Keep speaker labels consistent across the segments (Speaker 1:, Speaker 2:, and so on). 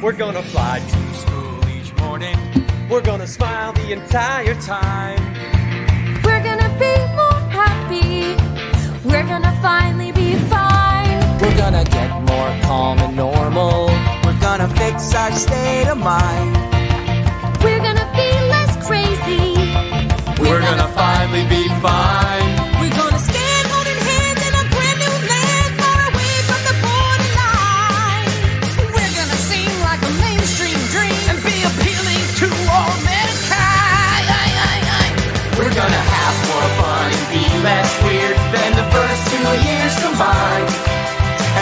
Speaker 1: We're gonna fly to school each morning. We're gonna smile the entire time.
Speaker 2: We're gonna be more happy. We're gonna finally be fine.
Speaker 3: We're gonna get more calm and normal. We're gonna fix our state of mind.
Speaker 2: We're gonna be less crazy.
Speaker 1: We're gonna finally be fine.
Speaker 2: We're gonna stand holding hands in a brand new land far away from the borderline. We're gonna seem like a mainstream dream and be appealing to all mankind.
Speaker 1: We're gonna have more fun and be less weird than the first two years combined.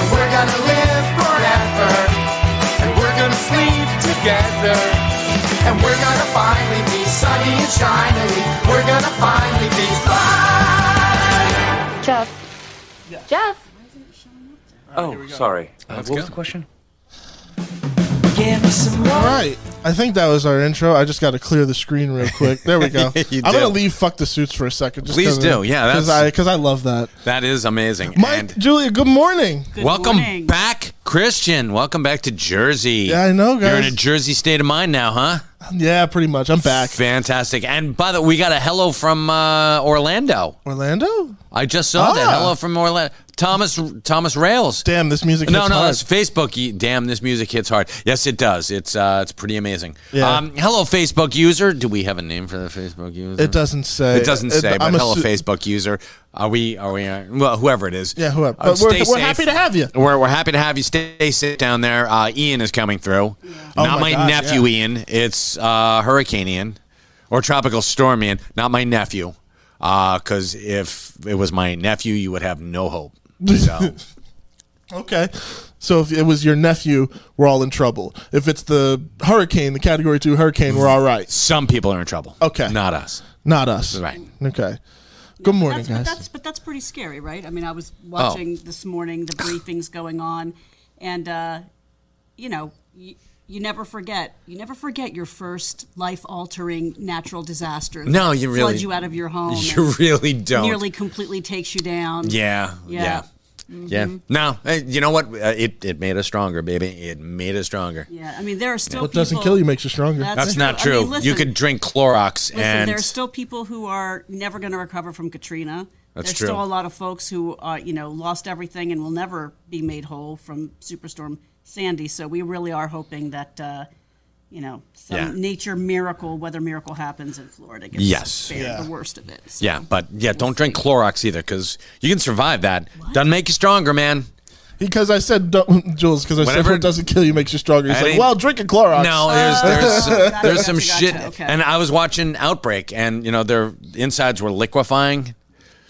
Speaker 1: And we're gonna live forever. And we're gonna sleep together. And we're gonna finally be sunny and shiny. We're gonna finally be fine.
Speaker 2: Jeff. Jeff.
Speaker 4: Oh, sorry. Uh, what was the question?
Speaker 3: Give me some
Speaker 5: All
Speaker 3: more.
Speaker 5: right. I think that was our intro. I just got to clear the screen real quick. There we go.
Speaker 4: You
Speaker 5: I'm going to
Speaker 4: do.
Speaker 5: leave fuck the suits for a second. Just
Speaker 4: Please do. Yeah,
Speaker 5: Because
Speaker 4: that's-
Speaker 5: I, because I love that.
Speaker 4: That is amazing.
Speaker 5: Mike,
Speaker 4: and
Speaker 5: Julia, good morning.
Speaker 6: Good
Speaker 4: welcome
Speaker 6: morning.
Speaker 4: back, Christian. Welcome back to Jersey.
Speaker 5: Yeah, I know,
Speaker 4: You're in a
Speaker 5: guys.
Speaker 4: Jersey state of mind now, huh?
Speaker 5: Yeah, pretty much. I'm back.
Speaker 4: Fantastic. And by the way, we got a hello from uh, Orlando.
Speaker 5: Orlando?
Speaker 4: I just saw that.
Speaker 5: Ah.
Speaker 4: Hello from Orlando. Thomas Thomas Rails.
Speaker 5: Damn, this music
Speaker 4: no,
Speaker 5: hits
Speaker 4: no,
Speaker 5: hard.
Speaker 4: that's Facebook. You- Damn, this music hits hard. Yes, it does. It's uh, it's pretty amazing.
Speaker 5: Yeah.
Speaker 4: Um, hello, Facebook user. Do we have a name for the Facebook user?
Speaker 5: It doesn't say.
Speaker 4: It doesn't say, but
Speaker 5: I'm
Speaker 4: hello,
Speaker 5: assu-
Speaker 4: Facebook user. Are we? Are we? uh, Well, whoever it is.
Speaker 5: Yeah, whoever.
Speaker 4: Uh,
Speaker 5: But we're-
Speaker 4: stay
Speaker 5: we're
Speaker 4: safe.
Speaker 5: happy to have you.
Speaker 4: We're, we're happy to have you. Stay safe down there. Uh, Ian is coming through.
Speaker 5: Oh
Speaker 4: Not
Speaker 5: my
Speaker 4: my,
Speaker 5: God,
Speaker 4: nephew,
Speaker 5: yeah.
Speaker 4: Ian. It's uh, Hurricane Ian or Tropical Storm Ian. Not my nephew, because if it was my nephew, you would have no hope. So.
Speaker 5: Okay. So if it was your nephew, we're all in trouble. If it's the hurricane, the Category 2 hurricane, we're all right.
Speaker 4: Some people are in trouble.
Speaker 5: Okay.
Speaker 4: Not us.
Speaker 5: Not us.
Speaker 4: Right.
Speaker 5: Okay. Good morning,
Speaker 6: That's, but,
Speaker 5: guys.
Speaker 6: that's, but that's pretty scary, right? I mean, I was watching
Speaker 4: Oh.
Speaker 6: this morning the briefings going on, and uh, you know, you, you never forget. You never forget your first life-altering natural disaster. that
Speaker 4: No, you really-
Speaker 6: floods you out of your home.
Speaker 4: You
Speaker 6: and
Speaker 4: really don't.
Speaker 6: Oh, nearly completely takes you down.
Speaker 4: Yeah.
Speaker 6: Yeah. Mm-hmm.
Speaker 4: Yeah. Yeah. No, eh, you know what? Uh, It it made us stronger, baby. It made us stronger.
Speaker 6: Yeah, I mean, there are still
Speaker 5: What
Speaker 6: people,
Speaker 5: doesn't kill you makes you stronger.
Speaker 6: That's-
Speaker 4: That's not true.
Speaker 6: true. I mean,
Speaker 4: you
Speaker 6: listen.
Speaker 4: could drink Clorox
Speaker 6: Listen,
Speaker 4: and
Speaker 6: there are still people who are never going to recover from Katrina.
Speaker 4: That's
Speaker 6: There's
Speaker 4: true.
Speaker 6: still a lot of folks who, uh, you know, lost everything and will never be made whole from Superstorm Sandy. So we really are hoping that, uh, you know, some
Speaker 4: Yeah.
Speaker 6: nature miracle, weather miracle happens in Florida. Gets
Speaker 4: Yes.
Speaker 6: spared
Speaker 5: Yeah.
Speaker 6: the worst of it. So.
Speaker 4: yeah, but yeah, don't drink Clorox either because you can survive that. Doesn't make you stronger, man.
Speaker 5: Because I said, don't- Jules, because I
Speaker 4: Whatever-
Speaker 5: said what doesn't kill you makes you stronger. He's
Speaker 4: I
Speaker 5: like,
Speaker 4: mean-
Speaker 5: well, drink a Clorox.
Speaker 4: No, there's there's
Speaker 6: gotcha,
Speaker 4: there's some
Speaker 6: gotcha,
Speaker 4: shit.
Speaker 6: okay.
Speaker 4: And I was watching Outbreak, and you know their insides were liquefying.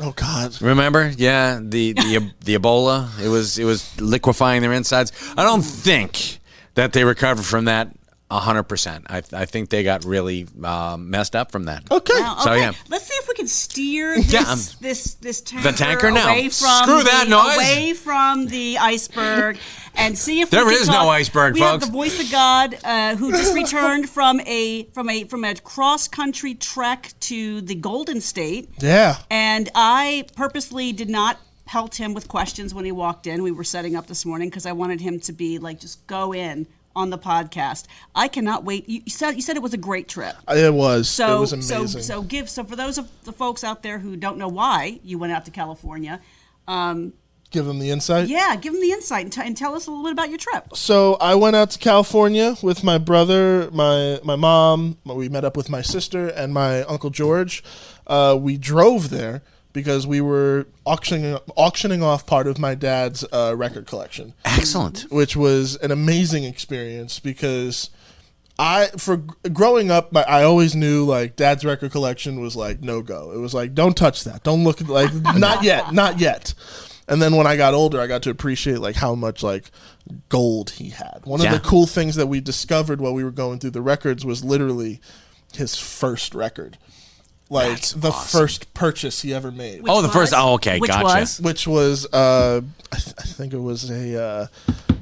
Speaker 5: Oh, God.
Speaker 4: Remember? Yeah, the the the Ebola. It was it was liquefying their insides. I don't think that they recovered from that hundred percent. I I think they got really uh, messed up from that.
Speaker 5: Okay.
Speaker 6: Wow,
Speaker 4: So,
Speaker 6: okay.
Speaker 4: yeah.
Speaker 6: Let's see if we can steer this
Speaker 4: Yeah, um,
Speaker 6: this this tanker,
Speaker 4: the tanker now.
Speaker 6: away from
Speaker 4: Screw that
Speaker 6: the,
Speaker 4: noise.
Speaker 6: away from the iceberg and see if we
Speaker 4: There
Speaker 6: can
Speaker 4: is no
Speaker 6: talk-
Speaker 4: iceberg,
Speaker 6: We
Speaker 4: folks.
Speaker 6: have the voice of God uh, who just returned from a from a from a cross country trek to the Golden State.
Speaker 5: Yeah.
Speaker 6: And I purposely did not pelt him with questions when he walked in. We were setting up this morning because I wanted him to be like just go in on the podcast. I cannot wait. You, you said you said it was a great trip.
Speaker 5: It was.
Speaker 6: So,
Speaker 5: it was
Speaker 6: so,
Speaker 5: amazing.
Speaker 6: so give. So for those of the folks out there who don't know why you went out to California, um,
Speaker 5: Give them the insight.
Speaker 6: yeah, give them the insight and, t- and tell us a little bit about your trip.
Speaker 5: So I went out to California with my brother, my my mom. We met up with my sister and my uncle George. Uh, we drove there because we were auctioning auctioning off part of my dad's uh, record collection.
Speaker 4: Excellent.
Speaker 5: which was an amazing experience because I for gr- growing up, my, I always knew like dad's record collection was like no go. It was like don't touch that, don't look at like not yet, not yet. And then when I got older, I got to appreciate like how much like gold he had. One
Speaker 4: Yeah.
Speaker 5: of the cool things that we discovered while we were going through the records was literally his first record, like
Speaker 4: That's
Speaker 5: the
Speaker 4: awesome.
Speaker 5: first purchase he ever made
Speaker 4: Oh, the first. Oh, okay,
Speaker 6: Which
Speaker 4: gotcha.
Speaker 6: was?
Speaker 5: which was uh, I, th- I think it was a uh,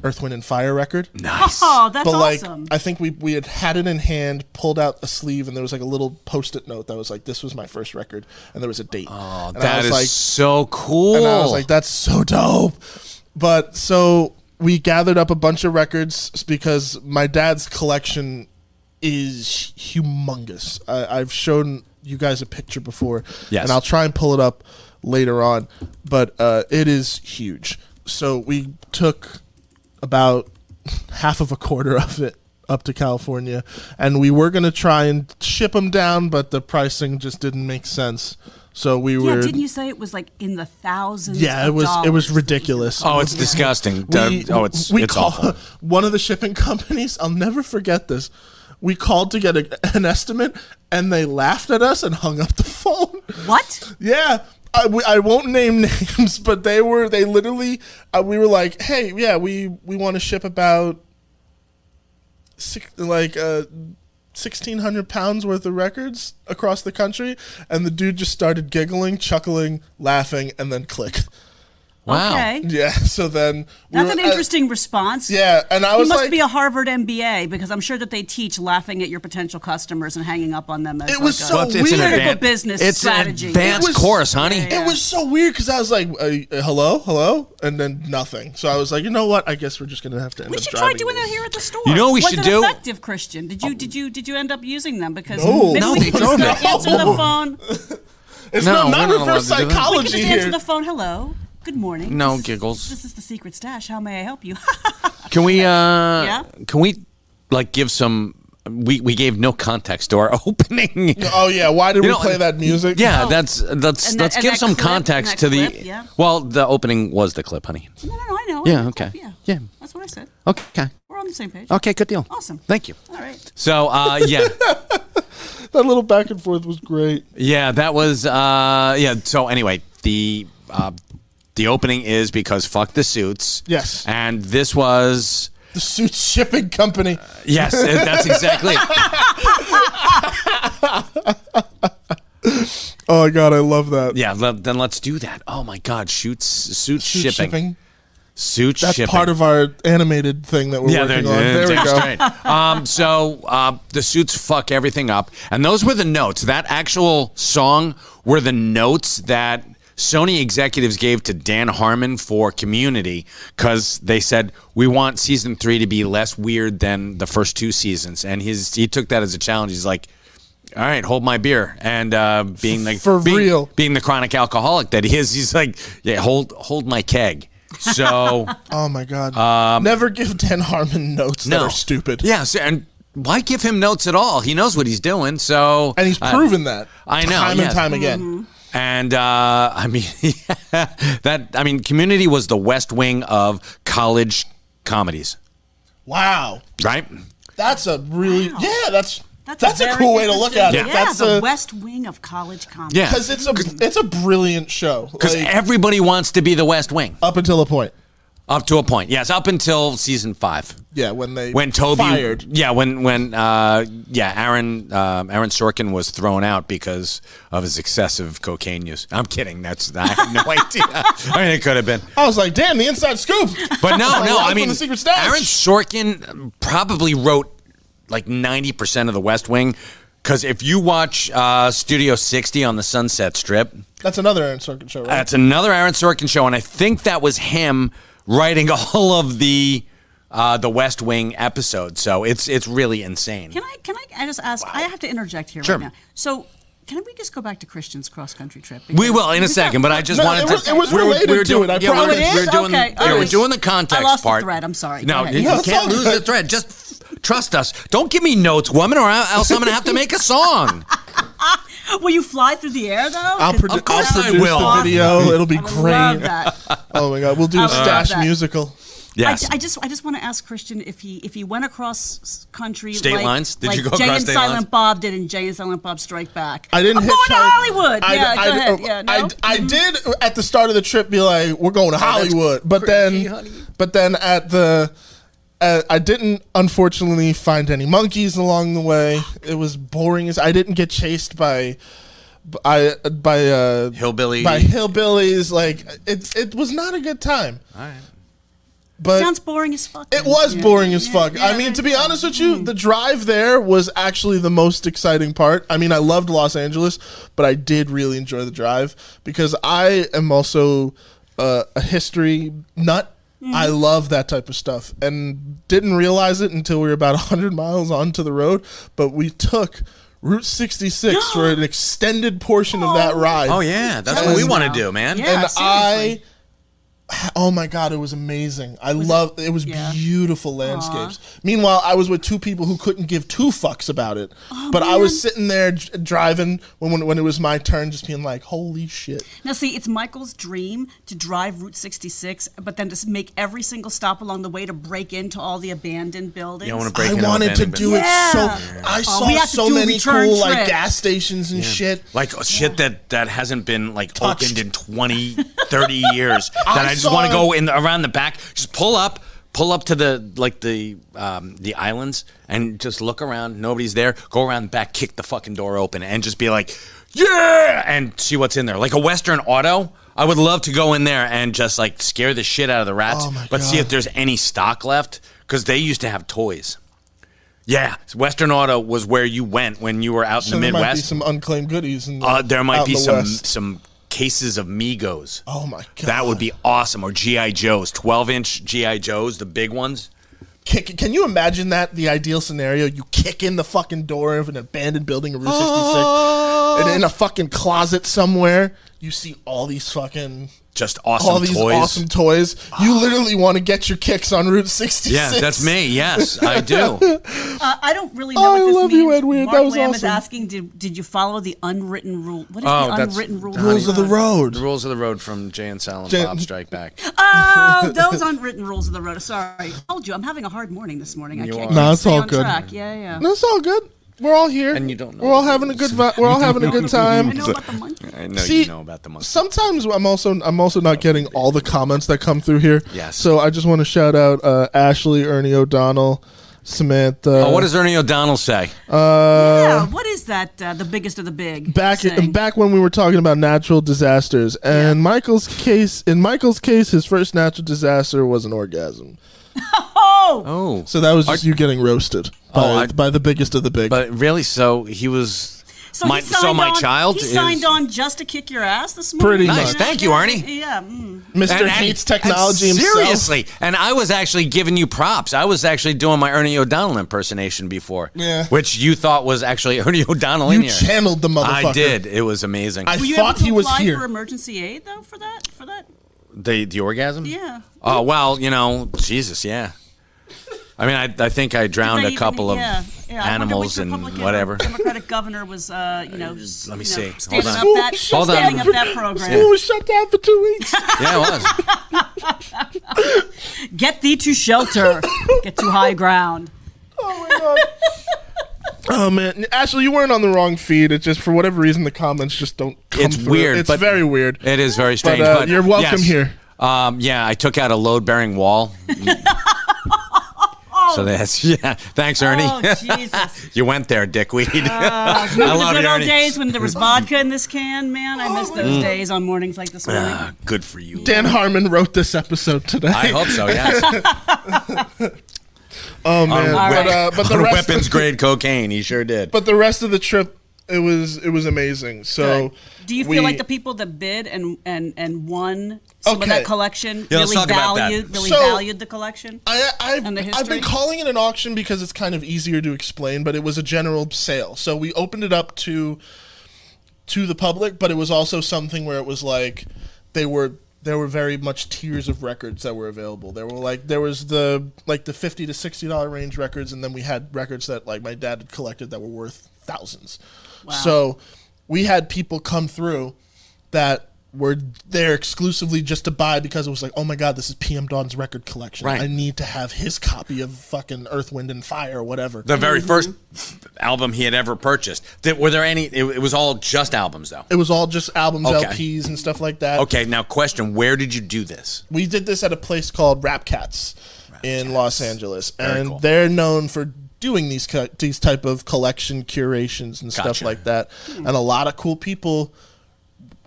Speaker 5: Earth, Wind, and Fire record.
Speaker 4: Nice.
Speaker 6: Oh, that's
Speaker 5: but like
Speaker 6: awesome.
Speaker 5: I think we we had had it in hand, pulled out a sleeve, and there was like a little post-it note that was like, "This was my first record," and there was a date. Oh,
Speaker 4: That is so cool.
Speaker 5: and I was like, "That's so dope." But so we gathered up a bunch of records because my dad's collection is humongous. I, I've shown you guys a picture before,
Speaker 4: Yes.
Speaker 5: and I'll try and pull it up later on, but uh, it is huge. So we took about half of a quarter of it up to California, and we were going to try and ship them down, but the pricing just didn't make sense. So we
Speaker 6: Yeah,
Speaker 5: were.
Speaker 6: didn't you say it was like in the thousands?
Speaker 5: yeah, it
Speaker 6: of
Speaker 5: was it was
Speaker 6: dollars?
Speaker 5: ridiculous.
Speaker 4: Oh, it's disgusting.
Speaker 5: We-
Speaker 4: oh, it's
Speaker 5: we
Speaker 4: it's
Speaker 5: call-
Speaker 4: awful.
Speaker 5: One of the shipping companies, I'll never forget this. We called to get a, an estimate, and they laughed at us and hung up the phone.
Speaker 6: What?
Speaker 5: Yeah. I, we, I won't name names, but they were they literally uh, we were like, hey, yeah, we we want to ship about six, like uh, sixteen hundred pounds worth of records across the country, and the dude just started giggling, chuckling, laughing, and then click.
Speaker 4: Wow.
Speaker 6: Okay.
Speaker 5: Yeah, so then we
Speaker 6: That's
Speaker 5: were-
Speaker 6: an
Speaker 5: uh,
Speaker 6: interesting response.
Speaker 5: yeah, and I
Speaker 6: He
Speaker 5: was
Speaker 6: must
Speaker 5: like,
Speaker 6: be a Harvard MBA because I'm sure that they teach laughing at your potential customers and hanging up on them. As
Speaker 5: It was
Speaker 6: like a-
Speaker 5: so
Speaker 4: Well, it's an
Speaker 5: Weird.
Speaker 6: Critical
Speaker 4: advanced
Speaker 6: business
Speaker 4: It's
Speaker 6: strategy.
Speaker 4: an advanced
Speaker 5: It was-
Speaker 4: course, honey.
Speaker 5: It was so weird because I was like, uh, uh, "Hello, hello," and then nothing. So I was like, "You know what? I guess we're just gonna have to." End
Speaker 6: We
Speaker 5: up
Speaker 6: should try
Speaker 5: driving
Speaker 6: doing
Speaker 5: these.
Speaker 6: that here at the store.
Speaker 4: You know what we
Speaker 6: was
Speaker 4: should
Speaker 6: it
Speaker 4: do? Oh.
Speaker 6: Effective, Christian. Did you did you did you end up using them? Because
Speaker 5: No.
Speaker 6: maybe
Speaker 5: No,
Speaker 6: we
Speaker 5: they
Speaker 6: could just
Speaker 5: don't.
Speaker 6: not answer the
Speaker 4: Oh.
Speaker 5: No.
Speaker 6: phone.
Speaker 5: It's
Speaker 4: No,
Speaker 5: not,
Speaker 4: we're
Speaker 5: not
Speaker 4: not
Speaker 5: reverse
Speaker 4: allowed to do that.
Speaker 6: We could
Speaker 5: psychology
Speaker 6: just answer
Speaker 5: here.
Speaker 6: the phone. Hello. Good morning.
Speaker 4: No
Speaker 6: This is-
Speaker 4: giggles.
Speaker 6: This is the secret stash. How may I help you?
Speaker 4: Can we? uh
Speaker 6: Yeah?
Speaker 4: Can we, like, give some? We we gave no context to our opening.
Speaker 5: oh yeah, why did
Speaker 4: You
Speaker 5: we
Speaker 4: know,
Speaker 5: play that music?
Speaker 4: Yeah, that's that's
Speaker 6: Oh. And that-
Speaker 4: let's
Speaker 6: and
Speaker 4: give
Speaker 6: that
Speaker 4: some
Speaker 6: clip, and
Speaker 4: context
Speaker 6: that
Speaker 4: to the.
Speaker 6: clip, yeah.
Speaker 4: Well, the opening was the clip, honey.
Speaker 6: no, no, no. I know.
Speaker 4: Yeah,
Speaker 6: I-
Speaker 4: okay.
Speaker 6: Yeah.
Speaker 4: Yeah.
Speaker 6: That's what I said.
Speaker 4: Okay.
Speaker 6: We're on the same page.
Speaker 4: Okay. Good deal.
Speaker 6: Awesome.
Speaker 4: Thank you.
Speaker 6: All right.
Speaker 4: So, uh, yeah,
Speaker 5: that little back and forth was great.
Speaker 4: yeah, that was, uh, yeah. So anyway, the uh, the opening is because fuck the suits.
Speaker 5: Yes.
Speaker 4: And this was.
Speaker 5: The suit shipping company.
Speaker 4: Yes, that's exactly it.
Speaker 5: Oh my god, I love that.
Speaker 4: Yeah, le- then let's do that. Oh my God, shoots, suit
Speaker 5: Suit
Speaker 4: shipping, suit
Speaker 5: That's
Speaker 4: shipping.
Speaker 5: part of our animated thing that we're
Speaker 4: yeah,
Speaker 5: working
Speaker 4: there-
Speaker 5: on. There we
Speaker 4: that's
Speaker 5: go.
Speaker 4: right. Um, so uh, the suits fuck everything up, and those were the notes. That actual song were the notes that Sony executives gave to Dan Harmon for Community because they said we want season three to be less weird than the first two seasons, and his he took that as a challenge. He's like. All right, hold my beer. And uh, being like
Speaker 5: For
Speaker 4: being-
Speaker 5: real.
Speaker 4: being the chronic alcoholic that he is, he's like, yeah, hold hold my keg. So
Speaker 5: Oh my god.
Speaker 4: Um,
Speaker 5: Never give Dan Harmon notes that are stupid.
Speaker 4: Yeah, so, and why give him notes at all? He knows what he's doing. So
Speaker 5: And he's
Speaker 4: uh,
Speaker 5: proven that.
Speaker 4: I know,
Speaker 5: Time
Speaker 4: yes.
Speaker 5: and time again.
Speaker 6: Mm-hmm.
Speaker 4: and uh, I mean that. I mean, Community was the West Wing of college comedies,
Speaker 5: Wow.
Speaker 4: right?
Speaker 5: That's a really
Speaker 6: Wow.
Speaker 5: yeah. That's that's,
Speaker 6: That's,
Speaker 5: a,
Speaker 6: very
Speaker 5: cool way to look at it.
Speaker 6: interesting- Yeah,
Speaker 5: That's
Speaker 6: the
Speaker 5: a
Speaker 6: West Wing of college comedy.
Speaker 4: Yeah,
Speaker 5: because it's a it's a brilliant show.
Speaker 4: 'Cause
Speaker 5: like,
Speaker 4: everybody wants to be the West Wing
Speaker 5: up until a point.
Speaker 4: up to a point. Yes, up until season five.
Speaker 5: Yeah, when they
Speaker 4: when Toby
Speaker 5: fired.
Speaker 4: Yeah, when when uh, yeah, Aaron um, Aaron Sorkin was thrown out because of his excessive cocaine use. I'm kidding. That's I have no idea. I mean, it could have been,
Speaker 5: I was like, damn, the inside scoop.
Speaker 4: but no,
Speaker 5: Like,
Speaker 4: no.
Speaker 5: live
Speaker 4: I
Speaker 5: from
Speaker 4: mean,
Speaker 5: the secret stash.
Speaker 4: Aaron Sorkin probably wrote like 90 percent of The West Wing. Because if you watch uh, Studio 60 on the Sunset Strip,
Speaker 5: That's another Aaron Sorkin show, right?
Speaker 4: that's another Aaron Sorkin show, and I think that was him writing all of the uh, the West Wing episodes. So it's it's really insane.
Speaker 6: Can I? Can I? I just ask. I have to interject here
Speaker 4: Sure.
Speaker 6: right now. So, can we just go back to Christian's cross country trip?
Speaker 4: We will in a
Speaker 6: Because-
Speaker 4: second, but I just
Speaker 5: No,
Speaker 4: wanted
Speaker 5: it was-
Speaker 4: to.
Speaker 5: it was related to
Speaker 4: doing,
Speaker 5: it, I
Speaker 4: yeah, we're-
Speaker 5: promise.
Speaker 6: Oh, it
Speaker 4: we're
Speaker 6: is?
Speaker 4: doing,
Speaker 6: Okay,
Speaker 4: yeah, we're
Speaker 6: alright.
Speaker 4: doing the context
Speaker 6: I lost the
Speaker 4: part.
Speaker 6: thread, I'm sorry. Go
Speaker 4: No,
Speaker 6: ahead.
Speaker 4: you,
Speaker 6: No,
Speaker 4: you
Speaker 5: it's
Speaker 4: can't
Speaker 5: all
Speaker 4: lose the
Speaker 5: good.
Speaker 4: thread. Just trust us. Don't give me notes, woman, or else I'm going to have to make a song.
Speaker 6: Will you fly through the air though?
Speaker 5: I'll, produ-
Speaker 4: Of course
Speaker 5: I'll
Speaker 4: I
Speaker 5: produce
Speaker 4: will.
Speaker 5: the video. It'll be
Speaker 6: I would love
Speaker 5: great.
Speaker 6: that.
Speaker 5: Oh my god, we'll do
Speaker 6: I
Speaker 5: a
Speaker 6: would love
Speaker 5: stash
Speaker 6: that.
Speaker 5: musical.
Speaker 4: Yes.
Speaker 6: I, I just I just want to ask Christian if he if he went across s- country
Speaker 4: State
Speaker 6: like,
Speaker 4: lines? Did you
Speaker 6: like
Speaker 4: go
Speaker 6: Jay
Speaker 4: across
Speaker 6: and
Speaker 4: state
Speaker 6: Silent
Speaker 4: lines?
Speaker 6: Bob did in Jay and Silent Bob Strike Back.
Speaker 5: I didn't
Speaker 6: I'm
Speaker 5: hit
Speaker 6: going to Hollywood. yeah, go
Speaker 4: oh,
Speaker 6: ahead. Yeah, no?
Speaker 5: uh,
Speaker 6: Mm-hmm. Oh,
Speaker 5: I, I did at the start of the trip be like, "We're going to Hollywood," but
Speaker 4: crazy,
Speaker 5: then,
Speaker 4: honey.
Speaker 5: but then at the, uh, I didn't unfortunately find any monkeys along the way. It was boring as I didn't get chased by, by by uh,
Speaker 4: Hillbilly.
Speaker 5: by hillbillies. Like it, it was not a good time. But
Speaker 6: Sounds boring as fuck.
Speaker 5: it was
Speaker 6: Yeah.
Speaker 5: boring as
Speaker 6: Yeah,
Speaker 5: fuck.
Speaker 6: yeah,
Speaker 5: I mean,
Speaker 6: yeah.
Speaker 5: to be honest with you, the drive there was actually the most exciting part. I mean, I loved Los Angeles, but I did really enjoy the drive because I am also uh, a history nut.
Speaker 6: Mm.
Speaker 5: I love that type of stuff and didn't realize it until we were about 100 miles onto the road. But we took Route 66 for an extended portion of that ride.
Speaker 4: Oh yeah, that's what we
Speaker 5: And-
Speaker 4: want to do, man.
Speaker 6: Yeah.
Speaker 5: and
Speaker 6: seriously.
Speaker 5: I, oh my god, it was amazing. I love it, was
Speaker 6: Yeah.
Speaker 5: beautiful landscapes. Meanwhile, I was with two people who couldn't give two fucks about it,
Speaker 6: Oh,
Speaker 5: but I was sitting there dr- driving when, when when it was my turn, just being like, holy shit.
Speaker 6: Now, see, it's Michael's dream to drive Route 66, but then to s- make every single stop along the way to break into all the abandoned buildings.
Speaker 4: You don't want to break.
Speaker 5: I
Speaker 4: into
Speaker 5: wanted to
Speaker 4: abandoned
Speaker 5: do
Speaker 4: buildings.
Speaker 5: it so.
Speaker 6: Yeah.
Speaker 5: I
Speaker 6: Oh,
Speaker 5: saw
Speaker 6: we have to
Speaker 5: so
Speaker 6: do
Speaker 5: many cool
Speaker 6: return
Speaker 5: like
Speaker 6: trips.
Speaker 5: gas stations and shit.
Speaker 4: Like uh, shit that that hasn't been like
Speaker 5: Touched.
Speaker 4: opened in 20, 30 years. That I,
Speaker 5: I
Speaker 4: just
Speaker 5: saw
Speaker 4: want to
Speaker 5: it.
Speaker 4: go in the, around the back, just pull up, pull up to the like the um, the islands and just look around. Nobody's there. Go around the back, kick the fucking door open, and just be like, yeah, and see what's in there. Like a Western Auto. I would love to go in there and just like scare the shit out of the rats,
Speaker 5: Oh my
Speaker 4: but see
Speaker 5: God.
Speaker 4: if there's any stock left because they used to have toys. Yeah, Western Auto was where you went when you were out
Speaker 5: So
Speaker 4: in the
Speaker 5: there might be
Speaker 4: Midwest.
Speaker 5: some unclaimed goodies. In the,
Speaker 4: Uh, there might
Speaker 5: out
Speaker 4: be
Speaker 5: in the
Speaker 4: some
Speaker 5: West.
Speaker 4: some cases of Migos.
Speaker 5: Oh my god,
Speaker 4: That would be awesome. Or GI Joes, twelve inch GI Joes, the big ones.
Speaker 5: Kick, can you imagine that? The ideal scenario: you kick in the fucking door of an abandoned building in Route 66, and in a fucking closet somewhere, you see all these fucking
Speaker 4: Just awesome
Speaker 5: all these
Speaker 4: toys.
Speaker 5: awesome toys. You literally want to get your kicks on Route 66.
Speaker 4: yeah, that's me. Yes, I do.
Speaker 6: Uh, I don't really know
Speaker 5: Oh,
Speaker 6: what
Speaker 5: I
Speaker 6: this
Speaker 5: love you,
Speaker 6: means.
Speaker 5: Ed Weird.
Speaker 6: Mark
Speaker 5: That was
Speaker 6: Lamb is
Speaker 5: awesome.
Speaker 6: asking, did, did you follow the unwritten rule? What is
Speaker 4: Oh,
Speaker 6: the
Speaker 4: that's-
Speaker 6: unwritten rule?
Speaker 5: Rules of the road.
Speaker 4: the rules of the road from Jay and Silent
Speaker 5: Jay-
Speaker 4: Bob Strike Back.
Speaker 6: Oh, those unwritten rules of the road. Sorry, I told you I'm having a hard morning this morning. I
Speaker 4: You
Speaker 6: can't.
Speaker 4: are.
Speaker 6: can't
Speaker 5: No, it's
Speaker 6: stay
Speaker 5: all
Speaker 6: on
Speaker 5: good.
Speaker 6: Track. Yeah, yeah.
Speaker 5: That's all good. We're all here,
Speaker 4: And you don't know
Speaker 5: We're all
Speaker 4: the
Speaker 5: having a
Speaker 4: rules.
Speaker 5: good. Vi- we're all having a good time.
Speaker 6: I know about the monkey.
Speaker 4: I know
Speaker 5: See,
Speaker 4: you know about the monkey.
Speaker 5: Sometimes I'm also I'm also not getting all the comments that come through here.
Speaker 4: Yes.
Speaker 5: So I just want to shout out uh, Ashley, Ernie O'Donnell, Samantha.
Speaker 4: Oh, what does Ernie O'Donnell say?
Speaker 6: yeah, what is that? Uh, the biggest of the big.
Speaker 5: back
Speaker 6: saying?
Speaker 5: back when we were talking about natural disasters and Michael's case in Michael's case his first natural disaster was an orgasm.
Speaker 6: Oh,
Speaker 4: oh,
Speaker 5: So that was just you getting roasted by,
Speaker 4: Oh, I-
Speaker 5: by the biggest of the big.
Speaker 4: but really, so he was.
Speaker 6: so
Speaker 4: my,
Speaker 6: he signed
Speaker 4: so my
Speaker 6: on,
Speaker 4: child
Speaker 6: He
Speaker 4: is-
Speaker 6: signed on just to kick your ass this morning.
Speaker 5: Pretty
Speaker 4: Nice. much. Thank you, Arnie.
Speaker 6: Yeah. mm.
Speaker 5: Mr.
Speaker 4: And- and-
Speaker 5: hates technology
Speaker 4: and
Speaker 5: himself.
Speaker 4: Seriously, and I was actually giving you props. I was actually doing my Ernie O'Donnell impersonation before,
Speaker 5: Yeah.
Speaker 4: which you thought was actually Ernie O'Donnell in
Speaker 5: You
Speaker 4: here.
Speaker 5: channeled the motherfucker.
Speaker 4: I did. It was amazing.
Speaker 5: I
Speaker 6: Were you
Speaker 5: thought
Speaker 6: able to
Speaker 5: he was
Speaker 6: apply
Speaker 5: here.
Speaker 6: for emergency aid though for that? For that?
Speaker 4: the the orgasm.
Speaker 6: Yeah.
Speaker 4: Oh well, you know, Jesus, yeah. I mean, I, I think I drowned
Speaker 6: They
Speaker 4: a
Speaker 6: even-
Speaker 4: couple of
Speaker 6: yeah, yeah. I wonder which
Speaker 4: animals and
Speaker 6: Republican or
Speaker 4: whatever.
Speaker 6: Democratic governor was, uh, you know, just,
Speaker 4: Let me
Speaker 6: you know,
Speaker 4: see. Hold
Speaker 6: standing
Speaker 4: on.
Speaker 6: up that,
Speaker 4: Hold
Speaker 6: standing
Speaker 4: on.
Speaker 6: up that program.
Speaker 5: School was shut down for two weeks.
Speaker 4: yeah, it was.
Speaker 6: Get thee to shelter. Get to high ground.
Speaker 5: oh man, Ashley, you weren't on the wrong feed. It's just for whatever reason the comments just don't come
Speaker 4: It's
Speaker 5: through.
Speaker 4: weird,
Speaker 5: It's
Speaker 4: but-
Speaker 5: very weird.
Speaker 4: It is very strange.
Speaker 5: uh,
Speaker 4: But,
Speaker 5: you're welcome
Speaker 4: yes.
Speaker 5: here.
Speaker 4: Um, yeah, I took out a load bearing wall. so that's yeah. Thanks, Ernie.
Speaker 6: Oh, Jesus.
Speaker 4: you went there, dickweed. I
Speaker 6: Remember
Speaker 4: love
Speaker 6: the
Speaker 4: it,
Speaker 6: Uh, good old
Speaker 4: Ernie. Uh,
Speaker 6: days when there was vodka in this can, man? I
Speaker 5: Oh,
Speaker 6: miss
Speaker 4: Mm.
Speaker 6: those days on mornings like this morning.
Speaker 4: Ah, good for you.
Speaker 5: Dan Harmon wrote this episode today.
Speaker 4: I hope so. Yes.
Speaker 5: Oh
Speaker 4: On
Speaker 5: man,
Speaker 4: wep-
Speaker 5: but, uh, but the
Speaker 4: on
Speaker 5: rest
Speaker 4: weapons grade cocaine. He sure did.
Speaker 5: but the rest of the trip it was it was amazing so
Speaker 6: Good. Do you
Speaker 5: we-
Speaker 6: feel like the people that bid and and and won some of
Speaker 5: Okay.
Speaker 6: that collection
Speaker 4: Yeah, let's
Speaker 6: really
Speaker 4: talk about that.
Speaker 6: valued really
Speaker 5: So-
Speaker 6: valued the collection?
Speaker 5: I, I've,
Speaker 6: and the
Speaker 5: I've
Speaker 6: history?
Speaker 5: been calling it an auction because it's kind of easier to explain but it was a general sale so we opened it up to to the public but it was also something where it was like they were there were very much tiers of records that were available there were like there was the like the 50 to 60 dollar range records and then we had records that like my dad had collected that were worth thousands so we had people come through that were there exclusively just to buy because it was like, oh my god, this is PM Dawn's record collection.
Speaker 4: Right.
Speaker 5: I need to have his copy of fucking Earth, Wind, and Fire or whatever.
Speaker 4: the very
Speaker 5: Mm-hmm.
Speaker 4: first album he had ever purchased. Did, were there any? It, it was all just albums, though.
Speaker 5: it was all just albums,
Speaker 4: Okay.
Speaker 5: LPs, and stuff like that.
Speaker 4: Okay, now question: Where did you do this?
Speaker 5: We did this at a place called Rap Cats in
Speaker 4: Cats.
Speaker 5: Los Angeles,
Speaker 4: Very
Speaker 5: and
Speaker 4: cool.
Speaker 5: they're known for doing these co- these type of collection curations and stuff
Speaker 4: Gotcha.
Speaker 5: like that. And a lot of cool people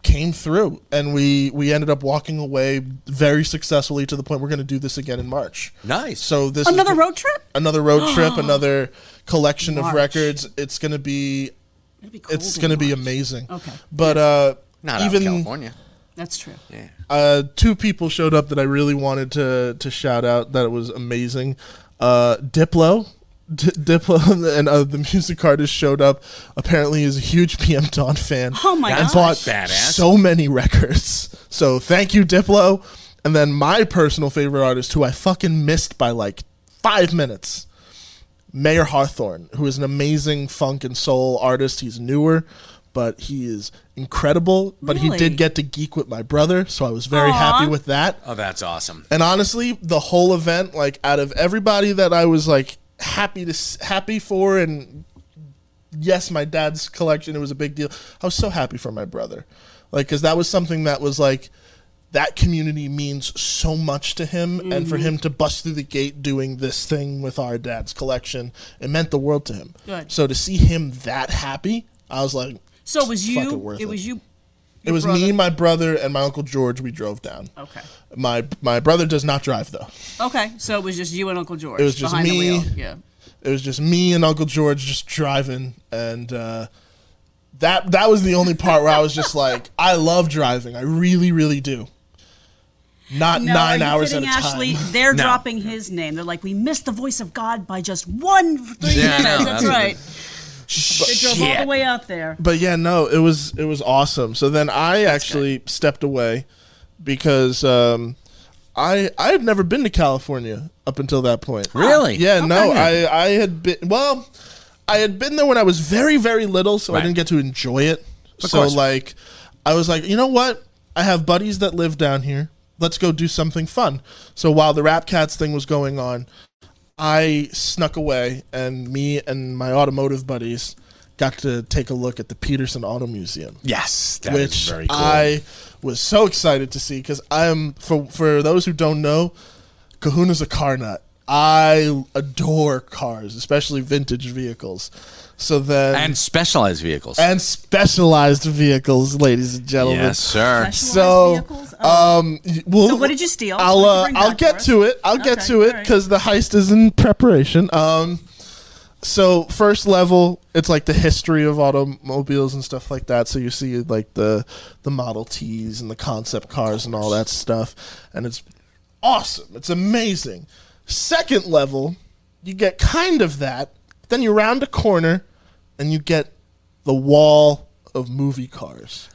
Speaker 5: came through, and we we ended up walking away very successfully to the point we're going to do this again in March.
Speaker 4: Nice.
Speaker 5: So this is
Speaker 6: Another
Speaker 5: the-
Speaker 6: road trip?
Speaker 5: another road trip, another collection
Speaker 6: March.
Speaker 5: of records. It's going to be
Speaker 6: It'd be cold
Speaker 5: it's
Speaker 6: in
Speaker 5: going to be
Speaker 6: March.
Speaker 5: amazing.
Speaker 6: Okay.
Speaker 5: But uh
Speaker 4: Not out
Speaker 5: even
Speaker 4: in California.
Speaker 6: That's true.
Speaker 5: uh, two people showed up that I really wanted to to shout out. That it was amazing. Uh, Diplo. D- Diplo and uh, the music artist showed up. Apparently, is a huge PM Dawn fan.
Speaker 6: Oh my
Speaker 5: And
Speaker 6: gosh.
Speaker 5: bought
Speaker 4: Badass.
Speaker 5: so many records. So thank you, Diplo. And then my personal favorite artist, who I fucking missed by like five minutes, Mayor Hawthorne, who is an amazing funk and soul artist. He's newer, but he is incredible. But he
Speaker 6: Really?
Speaker 5: did get to geek with my brother, so I was very happy with that.
Speaker 4: Oh, that's awesome.
Speaker 5: And honestly, the whole event, like out of everybody that I was like happy to s- happy for, and yes, my dad's collection, it was a big deal. I was so happy for my brother, like because that was something that was like that community means so much to him, and
Speaker 6: Mm-hmm.
Speaker 5: for him to bust through the gate doing this thing with our dad's collection, it meant the world to him.
Speaker 6: Good.
Speaker 5: So to see him that happy, I was like,
Speaker 6: So it was
Speaker 5: fucking
Speaker 6: you.
Speaker 5: worth
Speaker 6: It
Speaker 5: it.
Speaker 6: was you.
Speaker 5: it was
Speaker 6: brother.
Speaker 5: me, my brother, and my uncle George. We drove down.
Speaker 6: Okay.
Speaker 5: My my brother does not drive though.
Speaker 6: Okay. So it was just you and Uncle George.
Speaker 5: was just
Speaker 6: behind The
Speaker 5: me.
Speaker 6: wheel. Yeah.
Speaker 5: it was just me and Uncle George just driving, and uh, that that was the only part where I was just like, I love driving, I really, really do. Not
Speaker 6: No,
Speaker 5: nine
Speaker 6: are you
Speaker 5: hours at
Speaker 6: kidding,
Speaker 5: a
Speaker 6: Ashley?
Speaker 5: time.
Speaker 6: They're
Speaker 4: No.
Speaker 6: dropping his name. They're like, we missed the voice of God by just one three
Speaker 4: Yeah, I know. That's
Speaker 6: minutes. That's
Speaker 4: a-
Speaker 6: right. They drove all
Speaker 4: Shit.
Speaker 6: the way up there.
Speaker 5: But yeah, no, it was it was awesome. So then I actually stepped away because um, I I had never been to California up until that point.
Speaker 4: Really?
Speaker 5: Yeah, no, I I had been well, I had been there when I was very very little, so
Speaker 4: Right.
Speaker 5: I didn't get to enjoy it. so
Speaker 4: course.
Speaker 5: like, I was like, you know what? I have buddies that live down here. Let's go do something fun. So while the Rap Cats thing was going on, I snuck away, and me and my automotive buddies got to take a look at the Peterson Auto Museum
Speaker 4: Yes, that is
Speaker 5: which
Speaker 4: very cool.
Speaker 5: I was so excited to see because I'm for for those who don't know, Kahuna's a car nut. I adore cars, especially vintage vehicles. So then
Speaker 4: and specialized vehicles.
Speaker 5: and specialized vehicles, ladies and gentlemen.
Speaker 4: yes, sir.
Speaker 6: Specialized
Speaker 5: So,
Speaker 6: vehicles? Oh,
Speaker 5: Um, y- well,
Speaker 6: So what did you steal?
Speaker 5: I'll
Speaker 6: What did you
Speaker 5: uh,
Speaker 6: bring
Speaker 5: I'll
Speaker 6: back
Speaker 5: get
Speaker 6: for
Speaker 5: to it. I'll get
Speaker 6: Okay,
Speaker 5: to it
Speaker 6: alright.
Speaker 5: because the heist is in preparation. Um, so first level, it's like the history of automobiles and stuff like that. So you see like the the Model Ts and the concept cars and all that stuff, and it's awesome. It's amazing. Second level, you get kind of that. Then you round a corner, and you get the wall of movie cars.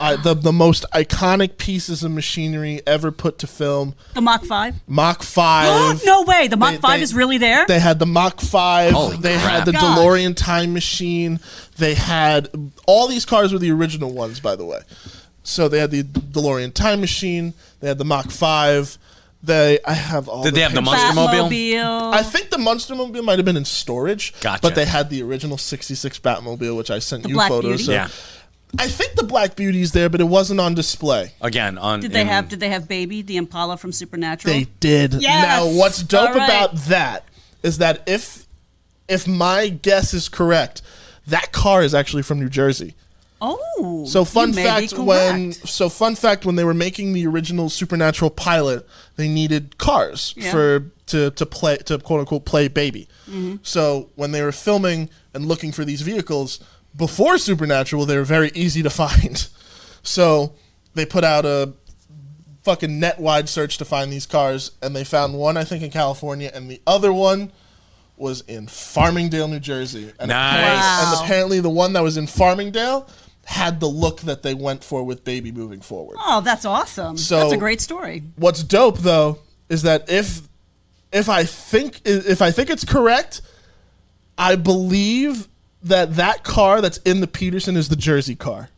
Speaker 5: I, the the most iconic pieces of machinery ever put to film.
Speaker 6: the Mach Five.
Speaker 5: Mach Five.
Speaker 6: no way. The Mach
Speaker 5: They-
Speaker 6: Five
Speaker 5: they-
Speaker 6: is really there.
Speaker 5: They had the Mach 5.
Speaker 4: Holy
Speaker 5: they
Speaker 4: crap.
Speaker 5: had the
Speaker 6: Gosh.
Speaker 5: DeLorean time machine. They had all these cars were the original ones, by the way. So they had the DeLorean time machine. They had the Mach 5. They, I have all.
Speaker 4: Did they have the
Speaker 5: pictures.
Speaker 4: Monstermobile?
Speaker 6: Batmobile.
Speaker 5: I think the Monstermobile might have been in storage.
Speaker 4: Gotcha.
Speaker 5: But they had the original '66 Batmobile, which I sent you
Speaker 6: Black
Speaker 5: photos
Speaker 6: Beauty?
Speaker 4: Yeah.
Speaker 5: of. I think the Black Beauty's there, but it wasn't on display.
Speaker 4: Again, on
Speaker 6: Did they
Speaker 4: in-
Speaker 6: have? Did they have Baby the Impala from Supernatural?
Speaker 5: They did.
Speaker 6: Yes!
Speaker 5: Now, what's dope
Speaker 6: All right.
Speaker 5: about that is that if if my guess is correct, that car is actually from New Jersey.
Speaker 6: oh,
Speaker 5: So fun
Speaker 6: you may be
Speaker 5: fact when
Speaker 6: correct.
Speaker 5: so fun fact when they were making the original Supernatural pilot, they needed cars
Speaker 6: Yeah.
Speaker 5: for to to play to quote unquote play baby.
Speaker 6: Mm-hmm.
Speaker 5: So when they were filming and looking for these vehicles before Supernatural, they were very easy to find. So they put out a fucking net wide search to find these cars, and they found one I think in California, and the other one was in Farmingdale, New Jersey. And
Speaker 4: Nice.
Speaker 5: apparently-
Speaker 6: Wow.
Speaker 5: And apparently, the one that was in Farmingdale had the look that they went for with Baby moving forward.
Speaker 6: Oh, that's awesome.
Speaker 5: So-
Speaker 6: that's a great story.
Speaker 5: What's dope though is that if if I think if I think it's correct, I believe that that car that's in the Peterson is the Jersey car,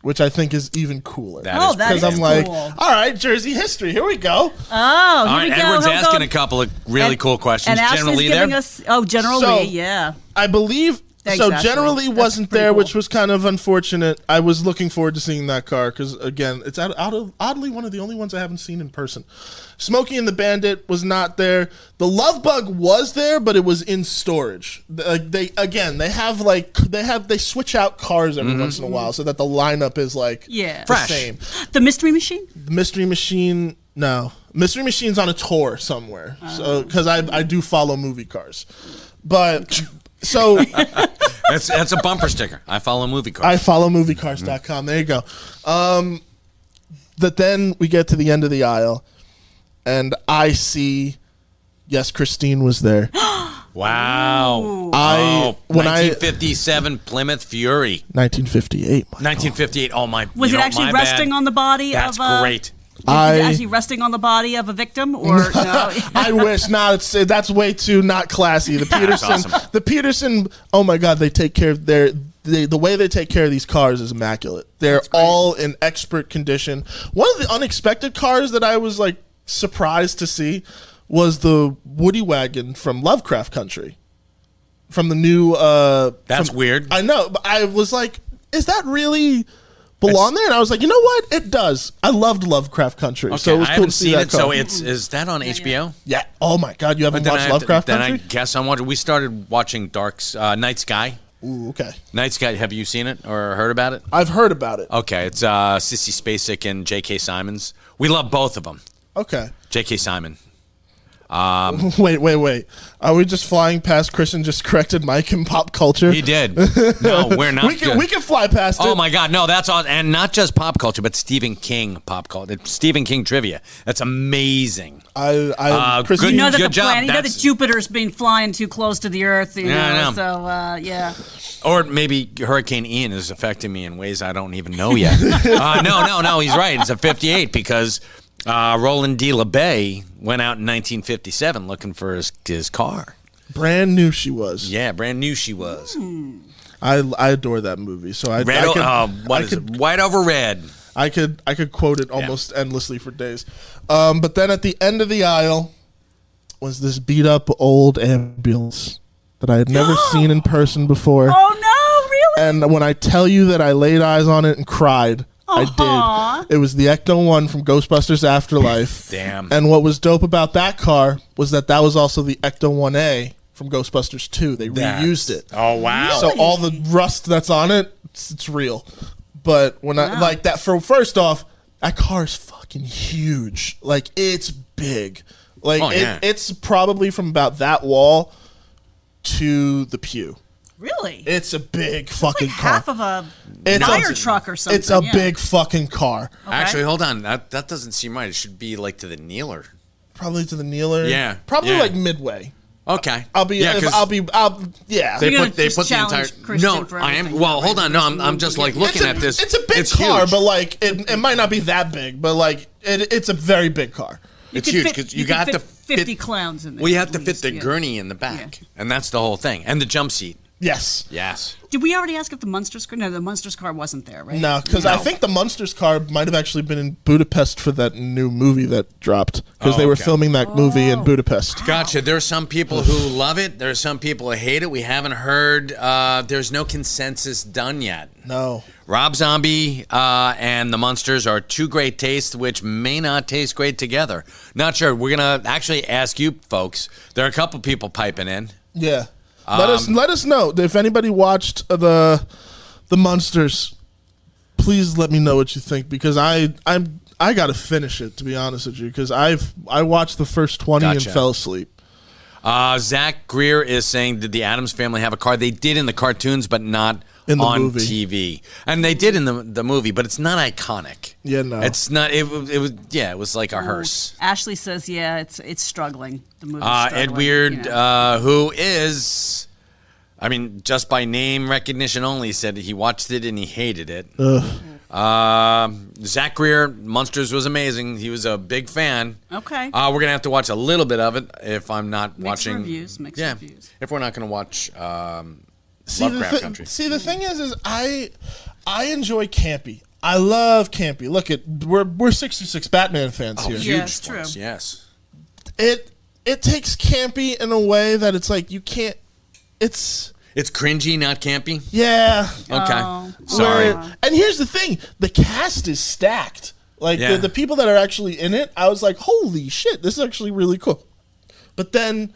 Speaker 5: which I think is even cooler.
Speaker 4: That
Speaker 6: Oh,
Speaker 4: is
Speaker 6: that
Speaker 5: because I'm
Speaker 6: is
Speaker 5: like,
Speaker 6: cool.
Speaker 5: all right, Jersey history. Here we go.
Speaker 6: Oh, here
Speaker 4: All right,
Speaker 6: we go.
Speaker 4: Edward's
Speaker 6: He'll go-
Speaker 4: asking a couple of really
Speaker 6: And-
Speaker 4: cool questions.
Speaker 6: And Ashley's
Speaker 4: Generally,
Speaker 6: giving
Speaker 4: there.
Speaker 6: us oh, General
Speaker 5: So-
Speaker 6: Lee, yeah.
Speaker 5: I believe
Speaker 6: Thanks,
Speaker 5: so.
Speaker 6: Ashley.
Speaker 5: Generally
Speaker 6: That's
Speaker 5: wasn't
Speaker 6: pretty
Speaker 5: there,
Speaker 6: cool.
Speaker 5: which was kind of unfortunate. I was looking forward to seeing that car because again, it's out, out of oddly one of the only ones I haven't seen in person. Smokey and the Bandit was not there. The Love Bug was there, but it was in storage. Th- Like they again, they have like they have they switch out cars every once in a while so that the lineup is like
Speaker 6: Yeah.
Speaker 5: the
Speaker 4: Fresh.
Speaker 5: same.
Speaker 6: The Mystery Machine?
Speaker 5: The Mystery Machine. No, Mystery Machine's on a tour somewhere.
Speaker 6: Oh.
Speaker 5: So because I I do follow movie cars, but. So
Speaker 4: That's that's a bumper sticker. I follow movie cars.
Speaker 5: I follow moviecars.com. There you go. Um, that then we get to the end of the aisle, and I see, yes, Christine was there.
Speaker 4: Wow.
Speaker 5: I
Speaker 4: Oh,
Speaker 5: when I
Speaker 4: 1957 Plymouth Fury.
Speaker 5: 1958. my-
Speaker 4: 1958. Oh my.
Speaker 6: Was
Speaker 4: you
Speaker 6: it
Speaker 4: know,
Speaker 6: actually
Speaker 4: my
Speaker 6: resting
Speaker 4: bad.
Speaker 6: on the body
Speaker 4: That's
Speaker 6: of uh, a?
Speaker 4: great.
Speaker 6: Was it
Speaker 5: I-
Speaker 6: actually resting on the body of a victim, or no?
Speaker 5: I wish not. It's, that's way too not classy. The Peterson,
Speaker 4: awesome.
Speaker 5: the Peterson. Oh my God, they take care of their. They, the way they take care of these cars is immaculate. They're all in expert condition. One of the unexpected cars that I was like surprised to see was the Woody wagon from Lovecraft Country, from the new. Uh,
Speaker 4: That's
Speaker 5: from-
Speaker 4: weird.
Speaker 5: I know, but I was like, is that really? Belong there, and I was like, you know what? It does. I loved Lovecraft Country,
Speaker 4: Okay,
Speaker 5: so it was
Speaker 4: I
Speaker 5: cool
Speaker 4: haven't
Speaker 5: to see
Speaker 4: seen
Speaker 5: that
Speaker 4: it.
Speaker 5: car.
Speaker 4: So it's is that on HBO?
Speaker 5: Yeah. Oh my God, you haven't
Speaker 4: Then I
Speaker 5: watched
Speaker 4: have to-
Speaker 5: Lovecraft
Speaker 4: then I
Speaker 5: Country?
Speaker 4: guess I'm watching. We started watching Dark's uh, Night Sky.
Speaker 5: Ooh, okay.
Speaker 4: Night Sky. Have you seen it or heard about it?
Speaker 5: I've heard about it.
Speaker 4: Okay, it's uh, Sissy Spacek and J.K. Simons. We love both of them.
Speaker 5: Okay.
Speaker 4: J.K. Simon.
Speaker 5: Wait, wait, wait. Are we just flying past Chris and just corrected Mike in pop culture?
Speaker 4: He did. No, we're not.
Speaker 5: we can
Speaker 4: good.
Speaker 5: we can fly past it.
Speaker 4: Oh my God! No, that's awesome, and not just pop culture, but Stephen King pop culture. It's Stephen King trivia. That's amazing.
Speaker 5: I, I
Speaker 4: Uh,
Speaker 5: Chris,
Speaker 4: good-
Speaker 6: You know that
Speaker 4: Good
Speaker 6: the
Speaker 4: job,
Speaker 6: planet, you know
Speaker 4: that's-
Speaker 6: that Jupiter's been flying too close to the Earth. You
Speaker 4: Yeah, I
Speaker 6: know,
Speaker 4: know.
Speaker 6: so uh, yeah.
Speaker 4: Or maybe Hurricane Ian is affecting me in ways I don't even know yet. uh, no, no, no. He's right. It's a 58 because uh, Roland D. LeBay went out in 1957 looking for his, his car.
Speaker 5: brand new she was.
Speaker 4: Yeah, brand new she was.
Speaker 5: I, I adore that movie. So I
Speaker 4: Red,
Speaker 5: Hmm. I
Speaker 4: o-
Speaker 5: could,
Speaker 4: uh, what
Speaker 5: I
Speaker 4: is
Speaker 5: could,
Speaker 4: it? White over red.
Speaker 5: I could I could quote it almost endlessly for days. Um, but then at the end of the aisle was this beat up old ambulance that I had never seen in person before.
Speaker 6: Oh no! Really?
Speaker 5: And when I tell you that I laid eyes on it and cried, I
Speaker 6: Aw.
Speaker 5: did. It was the Ecto 1 from Ghostbusters Afterlife.
Speaker 4: Damn.
Speaker 5: And what was dope about that car was that that was also the Ecto 1A from Ghostbusters 2. They reused it.
Speaker 4: Oh wow.
Speaker 5: So all the rust that's on it, it's, it's real. But when I like that for first off, that car is fucking huge. Like it's big. Like
Speaker 4: Oh,
Speaker 5: it,
Speaker 4: yeah.
Speaker 5: it's probably from about that wall to the pew.
Speaker 6: really?
Speaker 5: It's a big fucking
Speaker 6: like
Speaker 5: car.
Speaker 6: half of a
Speaker 5: It's a-
Speaker 6: fire truck or something.
Speaker 5: It's a
Speaker 6: yeah.
Speaker 5: big fucking car.
Speaker 4: Actually, hold on. That that doesn't seem right. It should be like to the kneeler.
Speaker 5: Probably to the kneeler.
Speaker 4: Yeah,
Speaker 5: Probably
Speaker 4: yeah.
Speaker 5: like midway.
Speaker 4: Okay.
Speaker 5: I'll be.
Speaker 4: Yeah,
Speaker 5: if
Speaker 4: 'cause
Speaker 5: I'll be. I'll. Yeah.
Speaker 4: They
Speaker 6: You're
Speaker 4: put
Speaker 6: gonna
Speaker 4: they
Speaker 6: just
Speaker 4: put the entire.
Speaker 6: challenge Christian
Speaker 4: no,
Speaker 6: for
Speaker 4: I am.
Speaker 6: everything,
Speaker 4: Well,
Speaker 6: right?
Speaker 4: hold on. No, I'm, I'm just like
Speaker 5: it's
Speaker 4: looking
Speaker 5: a,
Speaker 4: at this.
Speaker 5: It's a big car,
Speaker 4: huge.
Speaker 5: but like it, it might not be that big, but like it, it's a very big car.
Speaker 6: You
Speaker 4: it's
Speaker 6: could
Speaker 4: huge
Speaker 6: fit-
Speaker 4: because you,
Speaker 6: could
Speaker 4: got
Speaker 6: fit
Speaker 4: to fit-
Speaker 6: fifty clowns in there.
Speaker 4: Well, you have
Speaker 6: at
Speaker 4: to fit
Speaker 6: least,
Speaker 4: the
Speaker 6: yeah.
Speaker 4: gurney in the back, and that's the whole thing, and the jump seat.
Speaker 5: Yes.
Speaker 4: Yes.
Speaker 6: Did we already ask if the Munsters car? No, the Munsters car wasn't there, right?
Speaker 5: No, because I
Speaker 4: No.
Speaker 5: think the Munsters car might have actually been in Budapest for that new movie that dropped because
Speaker 4: Oh,
Speaker 5: they were
Speaker 4: okay.
Speaker 5: filming that movie
Speaker 6: Oh.
Speaker 5: in Budapest.
Speaker 4: Gotcha. There are some people who love it. There are some people who hate it. We haven't heard. Uh, there's no consensus done yet.
Speaker 5: No.
Speaker 4: Rob Zombie uh, and the Munsters are two great tastes, which may not taste great together. Not sure. We're gonna actually ask you folks. There are a couple people piping in.
Speaker 5: Yeah. Let
Speaker 4: Um,
Speaker 5: us let us know if anybody watched uh, the the monsters. Please let me know what you think because I I'm I gotta finish it to be honest with you because I've I watched the first twenty
Speaker 4: Gotcha.
Speaker 5: and fell asleep.
Speaker 4: Uh, Zach Greer is saying, did the Adams family have a car? They did in the cartoons, but not
Speaker 5: In the
Speaker 4: on
Speaker 5: movie.
Speaker 4: TV. And they did in the the movie, but it's not iconic.
Speaker 5: Yeah, no.
Speaker 4: it's not. It, was- it was yeah, it was like a hearse.
Speaker 6: Ashley says, "Yeah, it's it's struggling." The movie.
Speaker 4: Uh, Ed Weird, uh, who is, I mean, just by name recognition only, said he watched it and he hated it. Um, Zach Greer, Monsters was amazing. He was a big fan.
Speaker 6: Okay.
Speaker 4: Uh, we're gonna have to watch a little bit of it if I'm not
Speaker 6: Mixed
Speaker 4: watching
Speaker 6: reviews, mixed
Speaker 4: yeah,
Speaker 6: reviews.
Speaker 4: if we're not gonna watch um,
Speaker 5: See the,
Speaker 4: Lovecraft
Speaker 5: thi-
Speaker 4: Country.
Speaker 5: see the thing is is I I enjoy campy. I love campy. Look at we're we're sixty six Batman fans here.
Speaker 4: huge
Speaker 6: Yeah, it's
Speaker 4: ones,
Speaker 6: true.
Speaker 4: Yes.
Speaker 5: It it takes campy in a way that it's like you can't. It's
Speaker 4: It's cringy, not campy.
Speaker 5: yeah.
Speaker 4: Okay.
Speaker 6: Oh.
Speaker 4: Sorry.
Speaker 5: Where- and here's the thing: the cast is stacked. Like
Speaker 4: Yeah.
Speaker 5: the, the people that are actually in it, I was like, "Holy shit, this is actually really cool." But then,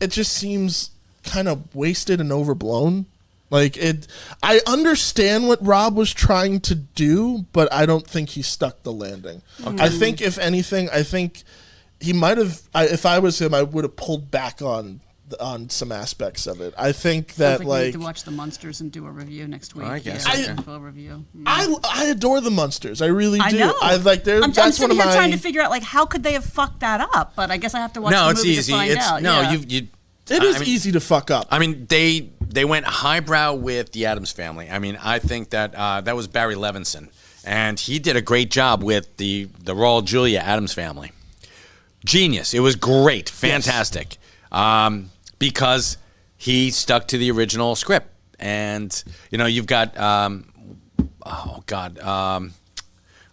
Speaker 5: it just seems kind of wasted and overblown. Like it, I understand what Rob was trying to do, but I don't think he stuck the landing. I think, if anything, I think he might have. I, if I was him, I would have pulled back on th- on some aspects of it. I think that
Speaker 6: Sounds we need
Speaker 5: like
Speaker 6: to watch the monsters and do a review next week.
Speaker 4: I guess,
Speaker 6: Yeah,
Speaker 4: okay.
Speaker 6: full review. Mm.
Speaker 5: I I adore the monsters. I really do. I like they're
Speaker 6: I'm, I'm
Speaker 5: that's
Speaker 6: sitting
Speaker 5: one of
Speaker 6: here
Speaker 5: my
Speaker 6: trying to figure out like how could they have fucked that up, but I guess I have to watch.
Speaker 4: no,
Speaker 6: the
Speaker 4: it's
Speaker 6: movie
Speaker 4: easy.
Speaker 6: To find
Speaker 4: It's
Speaker 6: out.
Speaker 4: no,
Speaker 6: yeah.
Speaker 4: you you.
Speaker 5: It is
Speaker 4: I mean-
Speaker 5: easy to fuck up.
Speaker 4: I mean, they they went highbrow with the Adams Family. I mean, I think that uh, that was Barry Levinson, and he did a great job with the the Royal Julia Adams Family. Genius! It was great, fantastic, um, because he stuck to the original script, and you know, you've got um, oh god. Um,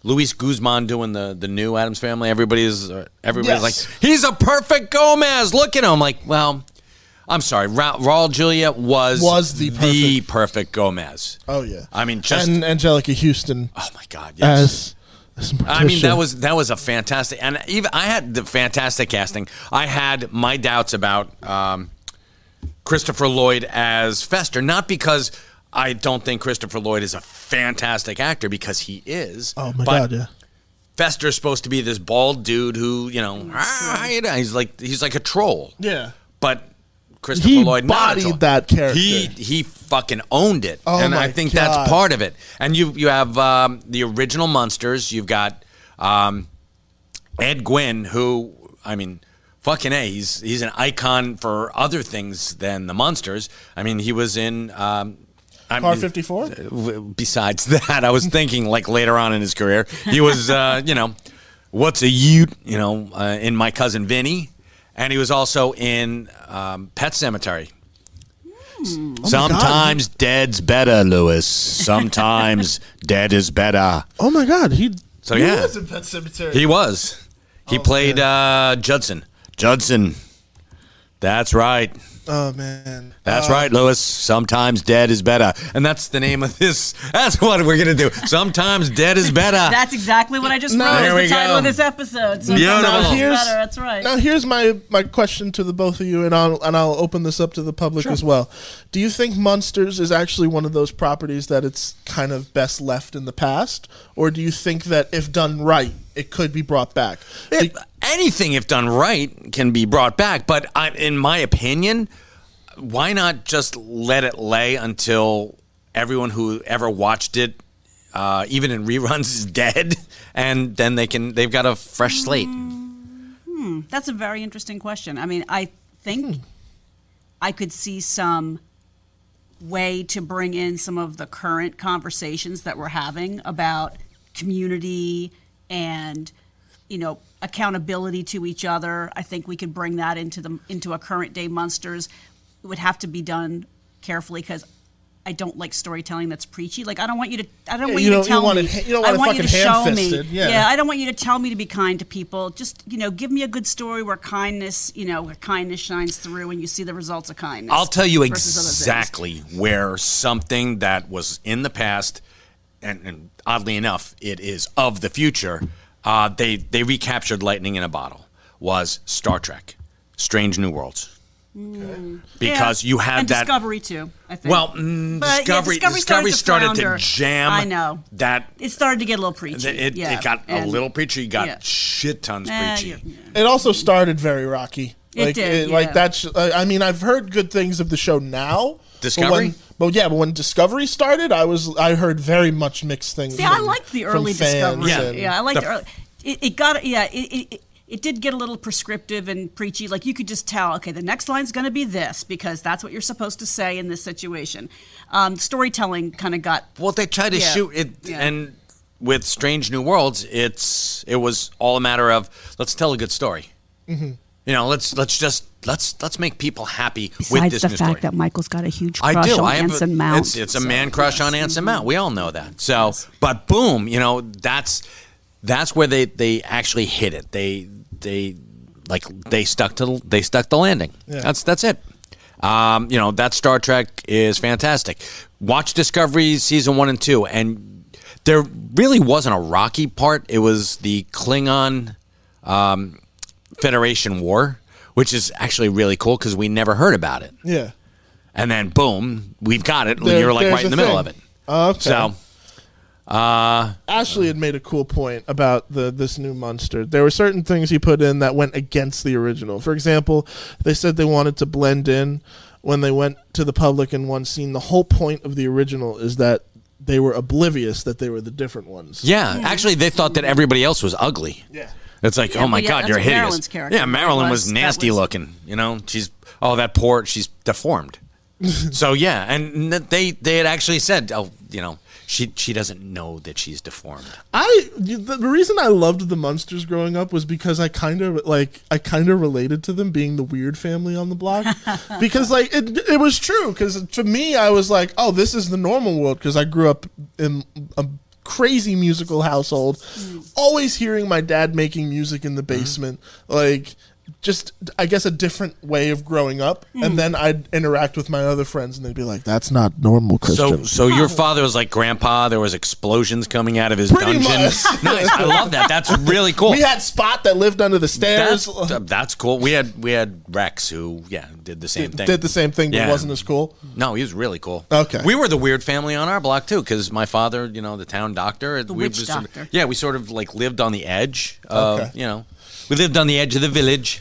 Speaker 4: Luis Guzman doing the, the new Adams Family. Everybody's uh, everybody's
Speaker 5: Yes.
Speaker 4: like, he's a perfect Gomez. Look at him. like, well, I'm sorry. Ra- Raul Julia was
Speaker 5: Was the
Speaker 4: perfect. Gomez.
Speaker 5: oh yeah.
Speaker 4: I mean, just
Speaker 5: and Angelica Houston
Speaker 4: oh my god, yes.
Speaker 5: as, as
Speaker 4: I mean,
Speaker 5: Morticia.
Speaker 4: that was that was a fantastic, and even I had the fantastic casting. I had my doubts about um, Christopher Lloyd as Fester, not because. I don't think Christopher Lloyd is a fantastic actor because he is.
Speaker 5: Oh my
Speaker 4: but
Speaker 5: god, yeah.
Speaker 4: Fester's supposed to be this bald dude who, you know, "Ah, how you doing?" he's like he's like a troll.
Speaker 5: Yeah.
Speaker 4: But Christopher
Speaker 5: He
Speaker 4: Lloyd not a
Speaker 5: bodied
Speaker 4: troll.
Speaker 5: that character.
Speaker 4: He he fucking owned it,
Speaker 5: Oh
Speaker 4: and
Speaker 5: my
Speaker 4: I think
Speaker 5: God.
Speaker 4: that's part of it. And you you have um, the original monsters. You've got um, Ed Gwynn, who I mean, fucking a, he's he's an icon for other things than the monsters. I mean, he was in. Um, I
Speaker 5: Par
Speaker 4: mean- uh,
Speaker 5: 54?
Speaker 4: w- besides that, I was thinking like later on in his career, he was, uh, you know, what's a Ute, you know, uh, in my cousin Vinny, and he was also in um, Pet Cemetery. Sometimes dead's better, Lewis. Sometimes dead is better.
Speaker 5: Oh my god, he
Speaker 4: So yeah,
Speaker 5: in Pet Cemetery.
Speaker 4: he was. He played uh, Judson. Judson. That's right.
Speaker 5: oh man.
Speaker 4: That's right, Lewis. Sometimes dead is better. And that's the name of this. That's what we're going to do. Sometimes dead is better.
Speaker 6: That's exactly what I just
Speaker 5: No.
Speaker 6: wrote
Speaker 5: There
Speaker 6: as
Speaker 4: we
Speaker 6: the title
Speaker 4: go.
Speaker 6: of this episode. So
Speaker 4: Beautiful.
Speaker 6: that's
Speaker 4: Now
Speaker 5: here's-
Speaker 6: better. That's right.
Speaker 5: Now here's my my question to the both of you, and I'll and I'll open this up to the public as well. Do you think Monsters is actually one of those properties that it's kind of best left in the past, or do you think that if done right, it could be brought back? Be-
Speaker 4: Anything, if done right, can be brought back. But I, in my opinion, why not just let it lay until everyone who ever watched it, uh, even in reruns, is dead, and then they can they've got a fresh slate.
Speaker 6: That's a very interesting question. I mean, I think
Speaker 5: Hmm.
Speaker 6: I could see some way to bring in some of the current conversations that we're having about community and you know accountability to each other. I think we could bring that into the into a current day monsters. It would have to be done carefully because. I don't like storytelling that's preachy. Like I don't want you to. I don't want
Speaker 5: you
Speaker 6: you,
Speaker 5: don't- you
Speaker 6: to tell
Speaker 5: want
Speaker 6: me.
Speaker 5: it- you don't
Speaker 6: I
Speaker 5: want it
Speaker 6: want you to
Speaker 5: fucking
Speaker 6: show me.
Speaker 5: ham-fisted. Yeah.
Speaker 6: yeah, I don't want you to tell me to be kind to people. Just you know, give me a good story where kindness, you know, where kindness shines through, and you see the results of kindness.
Speaker 4: I'll tell you
Speaker 6: versus other things.
Speaker 4: exactly where something that was in the past, and, and oddly enough, it is of the future. Uh, they they recaptured lightning in a bottle. Was Star Trek, Strange New Worlds,
Speaker 6: Mm. Yeah.
Speaker 4: because you had
Speaker 6: and
Speaker 4: that.
Speaker 6: Discovery too. I think.
Speaker 4: Well, mm,
Speaker 6: But, yeah,
Speaker 4: Discovery
Speaker 6: Discovery
Speaker 4: Discovery
Speaker 6: started
Speaker 4: started,
Speaker 6: to flounder.
Speaker 4: to jam.
Speaker 6: I know.
Speaker 4: that.
Speaker 6: it started to get a little preachy.
Speaker 4: It,
Speaker 6: yeah.
Speaker 4: it got a
Speaker 6: and-
Speaker 4: little preachy. Got
Speaker 6: yeah.
Speaker 4: shit tons
Speaker 6: Eh,
Speaker 4: preachy.
Speaker 6: you're-
Speaker 5: It also started very rocky.
Speaker 6: It
Speaker 5: Like,
Speaker 6: did, yeah.
Speaker 5: Like that's. Uh, I mean, I've heard good things of the show now. But,
Speaker 4: Discovery?
Speaker 5: when, but yeah, but when Discovery started, I was I heard very much mixed things.
Speaker 6: See, I
Speaker 5: from-
Speaker 6: liked the
Speaker 5: from
Speaker 6: early
Speaker 5: fans
Speaker 6: discovery.
Speaker 4: Yeah.
Speaker 6: Yeah,
Speaker 5: and-
Speaker 6: I liked
Speaker 4: The-
Speaker 6: the early. It, it got yeah. It, it, it, it did get a little prescriptive and preachy. Like you could just tell, okay, the next line's going to be this because that's what you're supposed to say in this situation. Um, storytelling kind of got
Speaker 4: Well, they tried to
Speaker 6: Yeah.
Speaker 4: shoot it,
Speaker 6: Yeah.
Speaker 4: and with Strange New Worlds, it's it was all a matter of let's tell a good story.
Speaker 7: Mm-hmm.
Speaker 4: You know, let's let's just let's let's make people happy with
Speaker 7: Besides
Speaker 4: this
Speaker 7: the
Speaker 4: new
Speaker 7: fact
Speaker 4: story.
Speaker 7: that Michael's got a huge crush
Speaker 4: I do.
Speaker 7: on
Speaker 4: I have
Speaker 7: Anson
Speaker 4: a,
Speaker 7: Mount.
Speaker 4: It's, it's a man crush on Anson Mount. We all know that. So, but boom, you know that's that's where they they actually hit it. They they like they stuck to the- they stuck the landing. That's that's it. Um, you know that Star Trek is fantastic. Watch Discovery season one and two, and there really wasn't a rocky part. It was the Klingon. Um, Federation War, which is actually really cool because we never heard about it.
Speaker 5: Yeah.
Speaker 4: And then boom, we've got it.
Speaker 5: There-
Speaker 4: You're like right
Speaker 5: there's
Speaker 4: in
Speaker 5: a
Speaker 4: the
Speaker 5: Oh,
Speaker 4: middle
Speaker 5: thing.
Speaker 4: of it.
Speaker 5: Okay.
Speaker 4: So Uh,
Speaker 5: Ashley had made a cool point about the this new monster. There were certain things he put in that went against the original. For example, they said they wanted to blend in when they went to the public in one scene. The whole point of the original is that they were oblivious that they were the different ones.
Speaker 4: yeah. Actually, they thought that everybody else was ugly.
Speaker 5: Yeah.
Speaker 4: It's like, oh my
Speaker 6: yeah,
Speaker 4: God,
Speaker 6: that's
Speaker 4: you're
Speaker 6: what
Speaker 4: hideous.
Speaker 6: Marilyn's character
Speaker 4: yeah, Marilyn was,
Speaker 6: was. That
Speaker 4: nasty
Speaker 6: was-
Speaker 4: looking. You know, she's oh that poor, she's deformed. so yeah, and n- they they had actually said, oh, you know, she she doesn't know that she's deformed.
Speaker 5: I the the reason I loved the monsters growing up was because I kind of like I kind of related to them being the weird family on the block because like it it was true because to me I was like oh this is the normal world because I grew up in a crazy musical household always hearing my dad making music in the basement like just I guess a different way of growing up and then I'd interact with my other friends and they'd be like that's not
Speaker 4: So
Speaker 5: normal Christian
Speaker 4: so your father was like grandpa. There was explosions coming out of his
Speaker 5: Pretty
Speaker 4: dungeon.
Speaker 5: much.
Speaker 4: nice, I love that. That's really cool.
Speaker 5: we had Spot that lived under the stairs
Speaker 4: that's, that's cool. We had we had Rex who yeah did the same thing.
Speaker 5: did the same thing but
Speaker 4: Yeah.
Speaker 5: wasn't as cool.
Speaker 4: No, he was really cool.
Speaker 5: Okay.
Speaker 4: We were the weird family on our block too, because my father, you know, the town doctor. The we
Speaker 6: witch
Speaker 4: just sort of-
Speaker 6: doctor.
Speaker 4: yeah, we sort of like lived on the edge. Of,
Speaker 5: Okay.
Speaker 4: You know, we lived on the edge of the village.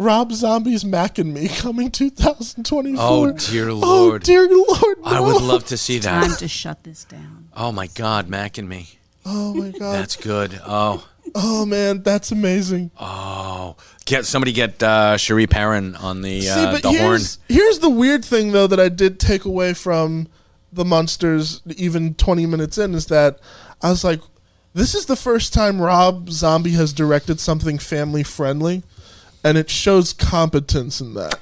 Speaker 5: Rob Zombie's Mac and Me coming 2024.
Speaker 4: Oh, dear
Speaker 5: Oh
Speaker 4: Lord.
Speaker 5: dear Lord!
Speaker 4: I
Speaker 5: no.
Speaker 4: would love to see
Speaker 6: Time
Speaker 4: that.
Speaker 6: to shut this down.
Speaker 4: Oh my God, Mac and me.
Speaker 5: Oh my God!
Speaker 4: That's good. Oh,
Speaker 5: oh man, that's amazing.
Speaker 4: get somebody get uh, Cherie Perrin on the uh, the horn.
Speaker 5: here's here's the weird thing though that I did take away from the monsters even 20 minutes in is that I was like, this is the first time Rob Zombie has directed something family friendly, and it shows competence in that.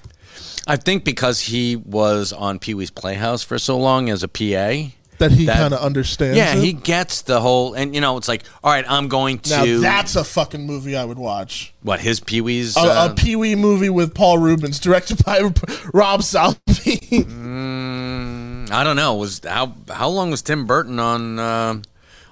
Speaker 4: I think because he was on Pee Wee's Playhouse for so long as a PA.
Speaker 5: That he
Speaker 4: That-
Speaker 5: kind of understands.
Speaker 4: Yeah,
Speaker 5: it.
Speaker 4: he gets the whole, and you know, it's like, all right, I'm going to
Speaker 5: Now that's a fucking movie I would watch.
Speaker 4: what his Pee Wee's
Speaker 5: A,
Speaker 4: uh,
Speaker 5: a Pee Wee movie with Paul Rubens, directed by Rob Zombie.
Speaker 4: Mm. I don't know. Was how how long was Tim Burton on uh,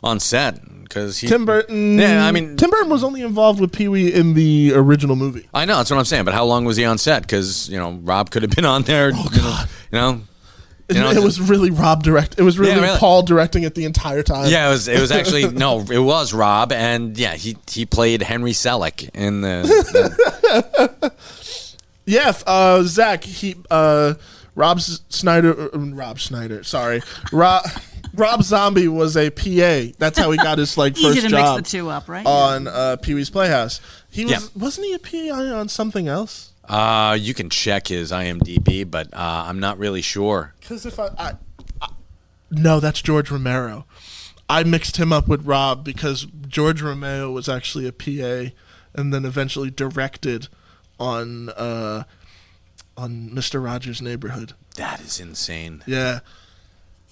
Speaker 4: on set? Because
Speaker 5: Tim Burton.
Speaker 4: Yeah, I mean-
Speaker 5: Tim Burton was only involved with Pee Wee in the original movie.
Speaker 4: I know that's what I'm saying. But how long was he on set? Because you know Rob could have been on there. Oh God. You know. You know,
Speaker 5: it was really Rob direct. It was really,
Speaker 4: Yeah, really.
Speaker 5: Paul directing it the entire time.
Speaker 4: Yeah, it was. It was actually no. It was Rob, and yeah, he he played Henry Selick in the.
Speaker 5: yeah. f- Uh, Zach, he, uh, Rob S- Snyder, uh, Rob Snyder. Sorry, Rob. Rob Zombie was a PA. That's how he got his like first
Speaker 6: Easy to
Speaker 5: job
Speaker 6: mix the two up, right?
Speaker 5: on uh, Pee Wee's Playhouse. He was
Speaker 4: Yeah.
Speaker 5: wasn't he a PA on something else?
Speaker 4: the uh, you can check his IMDb, but uh, I'm not really sure.
Speaker 5: Because if I, I, I- no, that's George Romero. I mixed him up with Rob because George Romero was actually a PA, and then eventually directed on uh, on Mister Rogers' Neighborhood.
Speaker 4: That is insane.
Speaker 5: Yeah.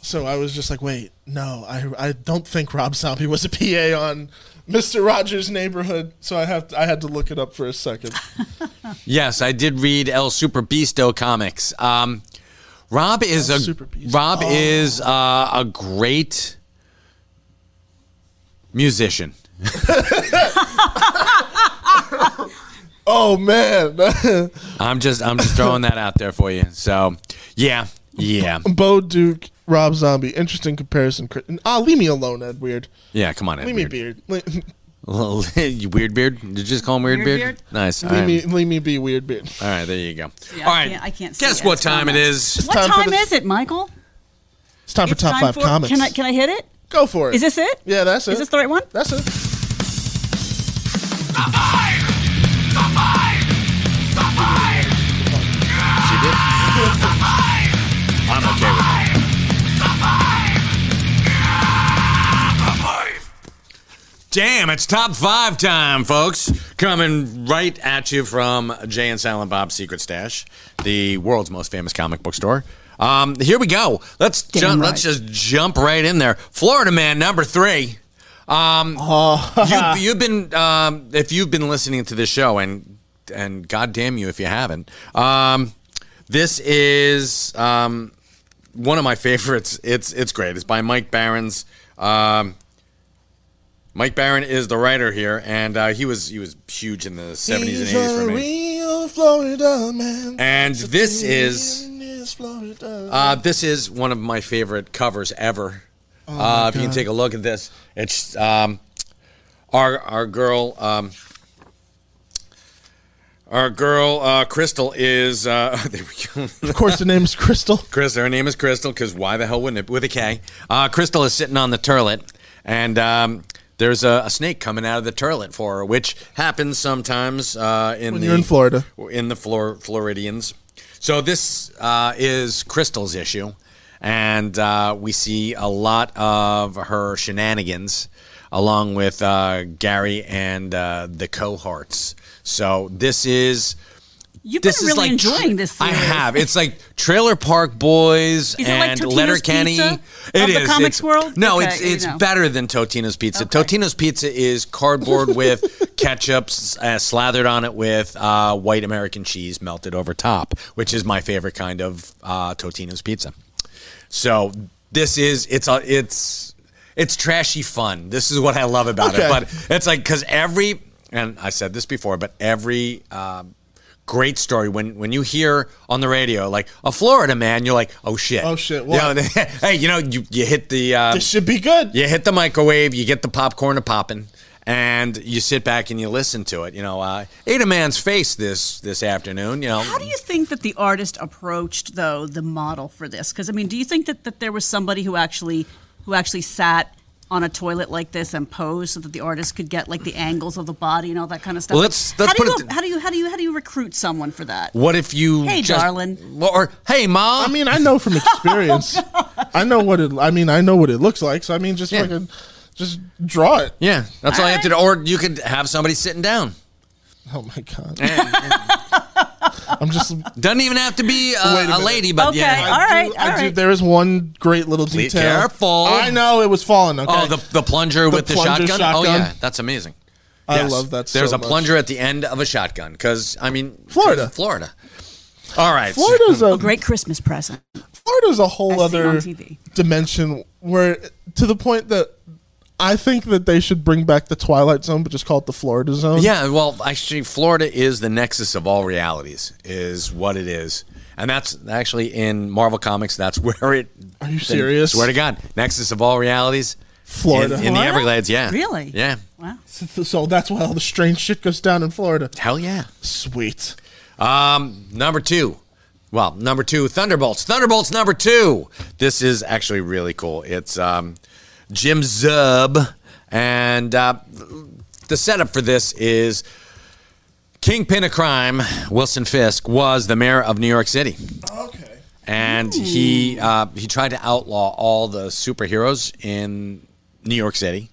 Speaker 5: So I was just like, wait, no, I, I don't think Rob Zombie was a PA on Mister Rogers' Neighborhood. So I have to, I had to look it up for a second.
Speaker 4: Yes, I did read El Super Beasto comics. Um, Rob is a
Speaker 5: Super Beast.
Speaker 4: Rob is uh, a great musician.
Speaker 5: oh man,
Speaker 4: I'm just I'm just throwing that out there for you. So yeah, yeah,
Speaker 5: Bo Duke, Rob Zombie, interesting comparison. Chris- Ah, leave me alone, Ed Weird.
Speaker 4: yeah. Come on, Ed
Speaker 5: Leave me
Speaker 4: Weird.
Speaker 5: beard. Le-
Speaker 4: you weird beard. Did you just call him weird,
Speaker 6: Weird
Speaker 4: beard?
Speaker 6: Beard?
Speaker 4: Nice. All
Speaker 5: Leave
Speaker 4: right.
Speaker 5: me, leave me be weird beard.
Speaker 4: All right, there you go.
Speaker 6: Yeah,
Speaker 4: All
Speaker 6: I
Speaker 4: right,
Speaker 6: can't- I can't see
Speaker 4: Guess
Speaker 6: it.
Speaker 4: what
Speaker 6: It's
Speaker 4: time it
Speaker 6: comments.
Speaker 4: is?
Speaker 6: what
Speaker 5: time
Speaker 6: time,
Speaker 5: for the-
Speaker 6: is it, Michael?
Speaker 5: It's time for
Speaker 6: It's
Speaker 5: top
Speaker 6: time
Speaker 5: five
Speaker 6: for-
Speaker 5: comics.
Speaker 6: Can I can I hit it?
Speaker 5: Go for it.
Speaker 6: Is this it?
Speaker 5: Yeah, that's it.
Speaker 6: Is this the right one?
Speaker 5: That's it.
Speaker 4: She did. I'm okay with it. Damn, it's top five time, folks. Coming right at you from Jay and Silent Bob's Secret Stash, the world's most famous comic book store. Um, here we go. Let's jump.
Speaker 6: right.
Speaker 4: Let's just jump right in there. Florida Man number three. Um, you, you've been um, if you've been listening to this show, and and goddamn you if you haven't. Um, this is um, one of my favorites. It's it's great. It's by Mike Barron's. Um, Mike Barron is the writer here, and uh, he was he was huge in the seventies and
Speaker 5: He's
Speaker 4: eighties
Speaker 5: a
Speaker 4: for me.
Speaker 5: real Florida man.
Speaker 4: And this is
Speaker 5: Real Florida.
Speaker 4: uh, this is one of my favorite covers ever. uh, if you can take a look at this, it's um, our our girl. Um, our girl uh, Crystal is uh, there we go.
Speaker 5: Of course, the name's Crystal.
Speaker 4: Chris, her name is Crystal because why the hell wouldn't it? With a K. Uh, Crystal is sitting on the turlet, and um, there's a, a snake coming out of the turlet for her, which happens sometimes uh, in
Speaker 5: When
Speaker 4: the,
Speaker 5: you're in Florida.
Speaker 4: In the Flor- Floridians. So this uh, is Crystal's issue, and uh, we see a lot of her shenanigans along with uh, Gary and uh, the cohorts. So this is.
Speaker 6: You've
Speaker 4: This
Speaker 6: been
Speaker 4: is
Speaker 6: really
Speaker 4: like
Speaker 6: enjoying this
Speaker 4: I
Speaker 6: series.
Speaker 4: have. It's like Trailer Park Boys
Speaker 6: Is it like
Speaker 4: and
Speaker 6: Totino's
Speaker 4: Letterkenny.
Speaker 6: Pizza
Speaker 4: It
Speaker 6: of the
Speaker 4: is.
Speaker 6: comics
Speaker 4: It's-
Speaker 6: world?
Speaker 4: No,
Speaker 6: Okay,
Speaker 4: it's
Speaker 6: you
Speaker 4: it's
Speaker 6: know.
Speaker 4: better than Totino's Pizza.
Speaker 6: Okay.
Speaker 4: Totino's Pizza is cardboard with ketchup s- uh, slathered on it with uh, white American cheese melted over top, which is my favorite kind of uh, Totino's Pizza. So this is it's a it's it's trashy fun. This is what I love about
Speaker 5: Okay.
Speaker 4: it. But it's like because every and I said this before, but every um, great story when when you hear on the radio like a Florida man, you're like, oh shit,
Speaker 5: Oh, shit,
Speaker 4: You know,
Speaker 5: what?
Speaker 4: hey, you know you you hit the uh,
Speaker 5: This should be good.
Speaker 4: you hit the microwave, you get the popcorn a popping. And you sit back and you listen to it. You know, uh, ate a man's face this this afternoon. You know,
Speaker 6: How do you think that the artist approached though the model for this? Because I mean, do you think that, that there was somebody who actually who actually sat on a toilet like this and posed so that the artist could get like the angles of the body and all that kind of stuff?
Speaker 4: Well, let's- let's
Speaker 6: how do
Speaker 4: put
Speaker 6: you,
Speaker 4: it th-
Speaker 6: how do you how do you how do you recruit someone for that?
Speaker 4: what if you?
Speaker 6: Hey,
Speaker 4: just-
Speaker 6: darling.
Speaker 4: Or hey, mom.
Speaker 5: I mean, I know
Speaker 6: Oh,
Speaker 5: from experience. I know what it. I mean, I know what it looks like. So I mean, just
Speaker 4: Yeah.
Speaker 5: fucking, just draw it.
Speaker 4: Yeah, that's all, you have to do. Or you could have somebody sitting down.
Speaker 5: Oh my god. I'm just.
Speaker 4: Doesn't even have to be uh, a,
Speaker 5: Wait a
Speaker 4: a,
Speaker 5: minute.
Speaker 4: lady, but
Speaker 6: Okay.
Speaker 4: yeah.
Speaker 6: All right,
Speaker 5: I
Speaker 6: all
Speaker 5: do,
Speaker 6: right.
Speaker 5: there is one great little
Speaker 4: Be
Speaker 5: detail.
Speaker 4: careful.
Speaker 5: I know it was falling. Okay.
Speaker 4: Oh, the, the plunger with the
Speaker 5: plunger
Speaker 4: shotgun? Oh,
Speaker 5: shotgun.
Speaker 4: yeah, that's amazing.
Speaker 5: I love that so
Speaker 4: There's a
Speaker 5: much.
Speaker 4: plunger at the end of a shotgun because, I mean,
Speaker 5: Florida.
Speaker 4: Florida. All right. so-
Speaker 5: Florida's a
Speaker 6: Great Christmas present.
Speaker 5: Florida's a
Speaker 6: As
Speaker 5: whole
Speaker 6: seen on
Speaker 5: other
Speaker 6: TV.
Speaker 5: dimension where to the point that I think that they should bring back the Twilight Zone, but just call it the Florida Zone.
Speaker 4: Yeah, well, actually, Florida is the nexus of all realities, is what it is, and that's actually in Marvel Comics. That's where it.
Speaker 5: Are you serious?
Speaker 4: Swear to God, nexus of all realities,
Speaker 5: Florida.
Speaker 4: in, in the
Speaker 6: Florida?
Speaker 4: Everglades. Yeah,
Speaker 6: Really?
Speaker 4: Yeah,
Speaker 6: Wow.
Speaker 5: So that's why all the strange shit goes down in Florida.
Speaker 4: hell yeah.
Speaker 5: Sweet.
Speaker 4: Um, number two. Well, number two, Thunderbolts. Thunderbolts number two. This is actually really cool. It's um, Jim Zub, and uh, the setup for this is Kingpin of Crime, Wilson Fisk, was the mayor of New York City
Speaker 5: Okay.
Speaker 4: and he uh, he tried to outlaw all the superheroes in New York City,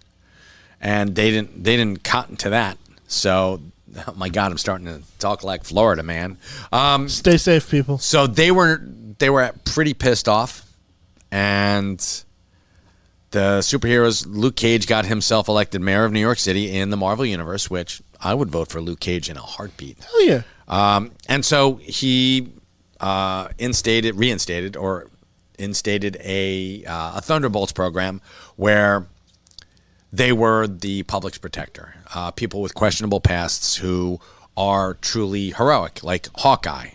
Speaker 4: and they didn't they didn't cotton to that. So, oh my God, I'm starting to talk like Florida man. Um,
Speaker 5: Stay safe, people.
Speaker 4: so they were they were pretty pissed off, and the superheroes. Luke Cage got himself elected mayor of New York City in the Marvel universe, which I would vote for Luke Cage in a heartbeat.
Speaker 5: Hell yeah.
Speaker 4: Um, and so he uh, instated, reinstated, or instated a, uh, a Thunderbolts program where they were the public's protector, uh, people with questionable pasts who are truly heroic, like Hawkeye,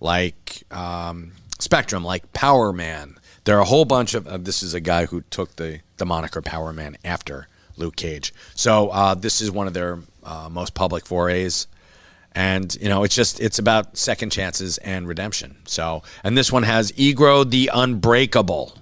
Speaker 4: like um, Spectrum, like Power Man. There are a whole bunch of. Uh, this is a guy who took the, the moniker Power Man after Luke Cage. So uh, this is one of their uh, most public forays and you know it's just it's about second chances and redemption so and this one has egro the unbreakable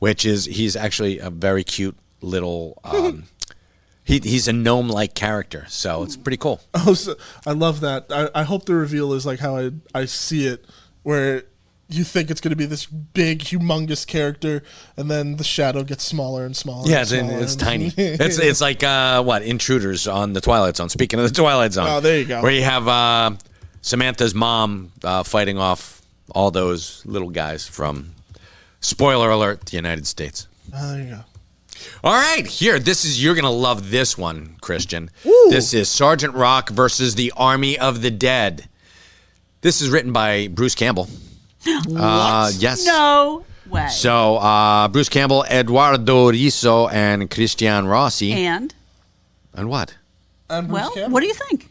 Speaker 4: which is he's actually a very cute little um, he, he's a gnome like character so it's pretty cool
Speaker 5: Oh, so- I love that. I, I hope the reveal is like how I, I see it, where you think it's going to be this big, humongous character, and then the shadow gets smaller and smaller.
Speaker 4: yeah
Speaker 5: and
Speaker 4: it's,
Speaker 5: smaller
Speaker 4: it's
Speaker 5: and-
Speaker 4: tiny it's it's like uh, what intruders on the twilight zone speaking of the twilight zone
Speaker 5: Oh, there you go.
Speaker 4: where you have uh, samantha's mom uh, fighting off all those little guys from spoiler alert the united states
Speaker 5: Oh, there you go.
Speaker 4: All right, here. This is you're gonna love this one, Christian.
Speaker 5: Ooh.
Speaker 4: This is Sergeant Rock versus the Army of the Dead. This is written by Bruce Campbell. Uh, yes.
Speaker 6: No way.
Speaker 4: So uh, Bruce Campbell, Eduardo Riso, and Christian Rossi.
Speaker 6: and
Speaker 4: And what?
Speaker 5: And Bruce
Speaker 6: well,
Speaker 5: Campbell.
Speaker 6: what do you think?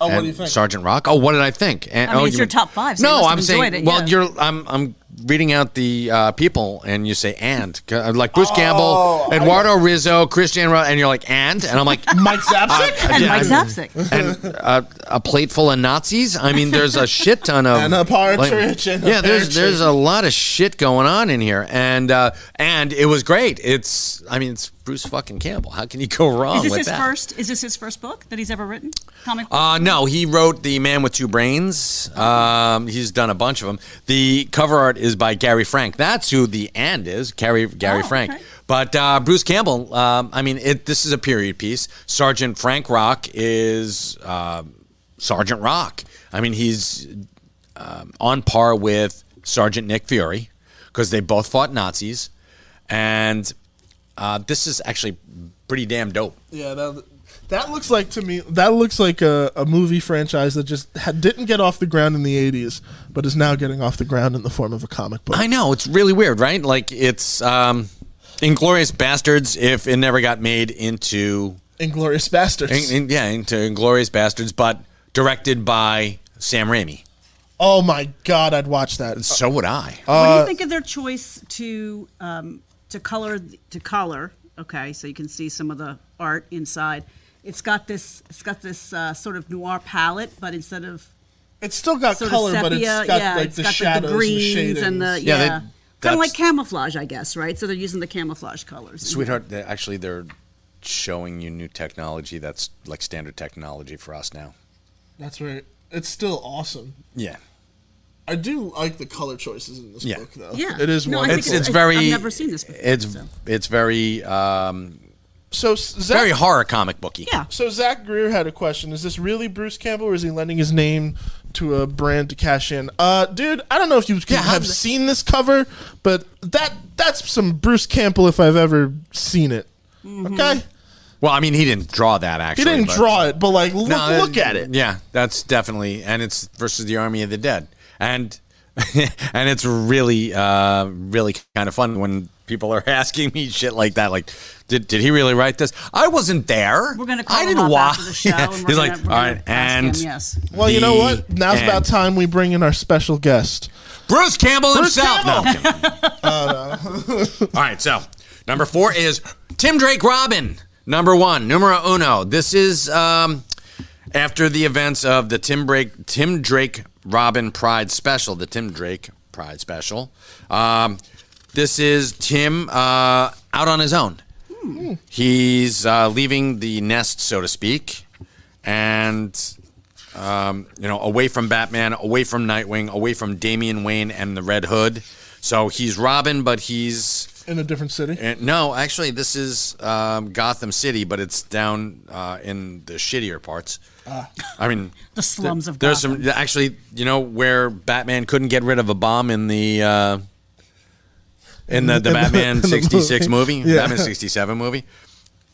Speaker 5: Oh, what
Speaker 4: And
Speaker 5: do you think?
Speaker 4: Sergeant Rock. Oh, what did I think? And,
Speaker 6: I mean,
Speaker 4: oh,
Speaker 6: it's
Speaker 4: you
Speaker 6: your
Speaker 4: mean-
Speaker 6: top five, so you
Speaker 4: no,
Speaker 6: must have
Speaker 4: I'm saying.
Speaker 6: enjoyed it,
Speaker 4: well,
Speaker 6: yeah.
Speaker 4: you're. I'm. I'm reading out the uh, people, and you say "and," 'Cause, uh, like Bruce
Speaker 6: Oh,
Speaker 4: Campbell, Eduardo Rizzo, Christian, Ro- and you're like "and," and I'm like,
Speaker 5: Mike Zapsik?
Speaker 6: And
Speaker 4: Uh, yeah,
Speaker 6: Mike
Speaker 4: I'm-
Speaker 6: Zapsik.
Speaker 4: and uh, a plate full of Nazis. I mean, there's a shit ton of
Speaker 5: And a partridge in a
Speaker 4: yeah, there's
Speaker 5: pear
Speaker 4: there's
Speaker 5: tree.
Speaker 4: a lot of shit going on in here, and uh, and it was great. It's I mean, it's Bruce fucking Campbell. How can you go wrong
Speaker 6: Is this
Speaker 4: with
Speaker 6: his
Speaker 4: that?
Speaker 6: first? Is this his first book that he's ever written? Comic. book?
Speaker 4: Uh, no, he wrote The Man with Two Brains. Um, he's done a bunch of them. The cover art is by Gary Frank. That's who the and is, Gary, Gary
Speaker 6: Oh,
Speaker 4: Frank.
Speaker 6: okay.
Speaker 4: But uh, Bruce Campbell, um, I mean, it, this is a period piece. Sergeant Frank Rock is um Sergeant Rock. I mean, he's um, on par with Sergeant Nick Fury because they both fought Nazis. And uh, this is actually pretty damn dope.
Speaker 5: Yeah, that, that looks like to me. That looks like a, a movie franchise that just ha- didn't get off the ground in the '80s, but is now getting off the ground in the form of a comic book.
Speaker 4: I know it's really weird, right? Like it's um, Inglorious Bastards. If it never got made into,
Speaker 5: Inglorious Bastards.
Speaker 4: in, in- yeah, into Inglorious Bastards, but directed by Sam Raimi.
Speaker 5: oh my God, I'd watch that.
Speaker 4: So would I.
Speaker 6: what do you think of their choice to um, to color to color? Okay, so you can see some of the art inside. It's got this. It's got this uh, sort of noir palette, but instead of
Speaker 5: It's still got
Speaker 6: sort
Speaker 5: color,
Speaker 6: of sepia,
Speaker 5: but it's got
Speaker 6: yeah,
Speaker 5: like
Speaker 6: it's
Speaker 5: the
Speaker 6: got the,
Speaker 5: shadows
Speaker 6: the
Speaker 5: and
Speaker 6: greens
Speaker 5: shadings.
Speaker 6: and the
Speaker 4: Yeah,
Speaker 6: yeah,
Speaker 4: they-
Speaker 6: kind of
Speaker 4: that's-
Speaker 6: like camouflage, I guess, right? So they're using the camouflage colors.
Speaker 4: Sweetheart, they actually, they're showing you new technology that's like standard technology for us now.
Speaker 5: That's right. It's still awesome.
Speaker 4: Yeah,
Speaker 5: I do like the color choices in this
Speaker 4: Yeah.
Speaker 5: book, though.
Speaker 6: Yeah.
Speaker 5: it is
Speaker 6: No, I
Speaker 5: one.
Speaker 6: think
Speaker 4: it's it's
Speaker 6: I-
Speaker 4: very.
Speaker 6: I've never seen this before,
Speaker 4: It's
Speaker 6: so.
Speaker 4: it's very um,
Speaker 5: so Zach,
Speaker 4: very horror comic booky.
Speaker 6: Yeah.
Speaker 5: So Zach Greer had a question: Is this really Bruce Campbell, or is he lending his name to a brand to cash in? Uh, dude, I don't know if you
Speaker 4: Yeah, how
Speaker 5: have
Speaker 4: does-
Speaker 5: seen this cover, but that that's some Bruce Campbell if I've ever seen it.
Speaker 6: Mm-hmm.
Speaker 5: Okay,
Speaker 4: Well, I mean, he didn't draw that
Speaker 5: he
Speaker 4: actually.
Speaker 5: didn't
Speaker 4: but-
Speaker 5: draw it, but like look,
Speaker 4: No,
Speaker 5: look
Speaker 4: that-
Speaker 5: at it.
Speaker 4: Yeah, that's definitely, and it's versus the Army of the Dead, and and it's really, uh, really kind of fun when people are asking me shit like that. Like, did, did he really write this? I wasn't there.
Speaker 6: We're gonna call
Speaker 4: I
Speaker 6: him
Speaker 4: didn't
Speaker 6: up
Speaker 4: watch.
Speaker 6: after the show, and we're
Speaker 4: He's
Speaker 6: gonna-
Speaker 4: like,
Speaker 6: we're
Speaker 4: all
Speaker 6: gonna
Speaker 4: right,
Speaker 6: ask him,
Speaker 4: and
Speaker 6: yes."
Speaker 5: Well, you know
Speaker 4: the
Speaker 5: what? Now's about
Speaker 4: end."
Speaker 5: time we bring in our special guest.
Speaker 4: Bruce Campbell
Speaker 5: Bruce
Speaker 4: himself. No, I'm kidding. All right, so number four is Tim Drake Robin. Number one, numero uno. This is um, after the events of the Tim Drake Tim Drake Robin Pride Special. The Tim Drake Pride Special. Um, this is Tim uh, out on his own. He's uh, leaving the nest, so to speak, and um, you know, away from Batman, away from Nightwing, away from Damian Wayne and the Red Hood. So he's Robin, but he's
Speaker 5: In a different city.
Speaker 4: eh, no. Actually, this is um, Gotham City, but it's down uh, in the shittier parts.
Speaker 5: Ah.
Speaker 4: I mean,
Speaker 6: The slums of
Speaker 4: there's
Speaker 6: Gotham.
Speaker 4: some actually, you know, where Batman couldn't get rid of a bomb in the. Uh, in the, the
Speaker 5: In the-
Speaker 4: Batman
Speaker 5: in the
Speaker 4: '66 movie,
Speaker 5: movie. Yeah.
Speaker 4: Batman '67 movie,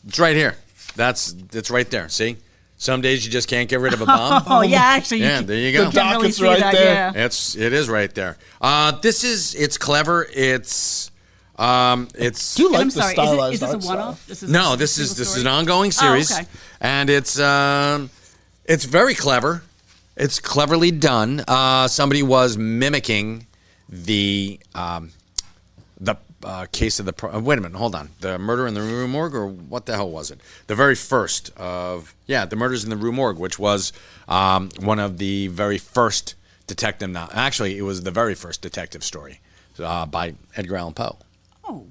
Speaker 4: it's right here. That's it's right there. See, some days you just can't get rid of a bomb.
Speaker 6: Oh, yeah, actually, you
Speaker 4: um, Yeah,
Speaker 6: can-
Speaker 4: there you
Speaker 6: you
Speaker 4: go.
Speaker 6: can
Speaker 5: The doc
Speaker 6: really
Speaker 5: is
Speaker 6: see
Speaker 5: right
Speaker 6: that,
Speaker 5: there.
Speaker 6: yeah.
Speaker 4: It's it is right there. Uh, this is it's clever. It's um, it's
Speaker 5: you
Speaker 6: And
Speaker 5: like
Speaker 6: I'm
Speaker 5: the
Speaker 6: sorry, is, it,
Speaker 5: stylized
Speaker 6: is this a
Speaker 5: art style.
Speaker 6: one-off? This is
Speaker 4: no.
Speaker 6: a
Speaker 4: This
Speaker 6: single
Speaker 4: is this is
Speaker 6: story? Oh,
Speaker 4: an ongoing series,
Speaker 6: okay.
Speaker 4: and it's um, it's very clever. It's cleverly done. Uh, somebody was mimicking the um, the uh, case of the pro- uh, wait a minute, hold on, the murder in the Rue Morgue, or what the hell was it? The very first of yeah, the murders in the Rue Morgue, which was um, one of the very first detective. No- actually, it was the very first detective story uh, by Edgar Allan Poe.
Speaker 6: Oh,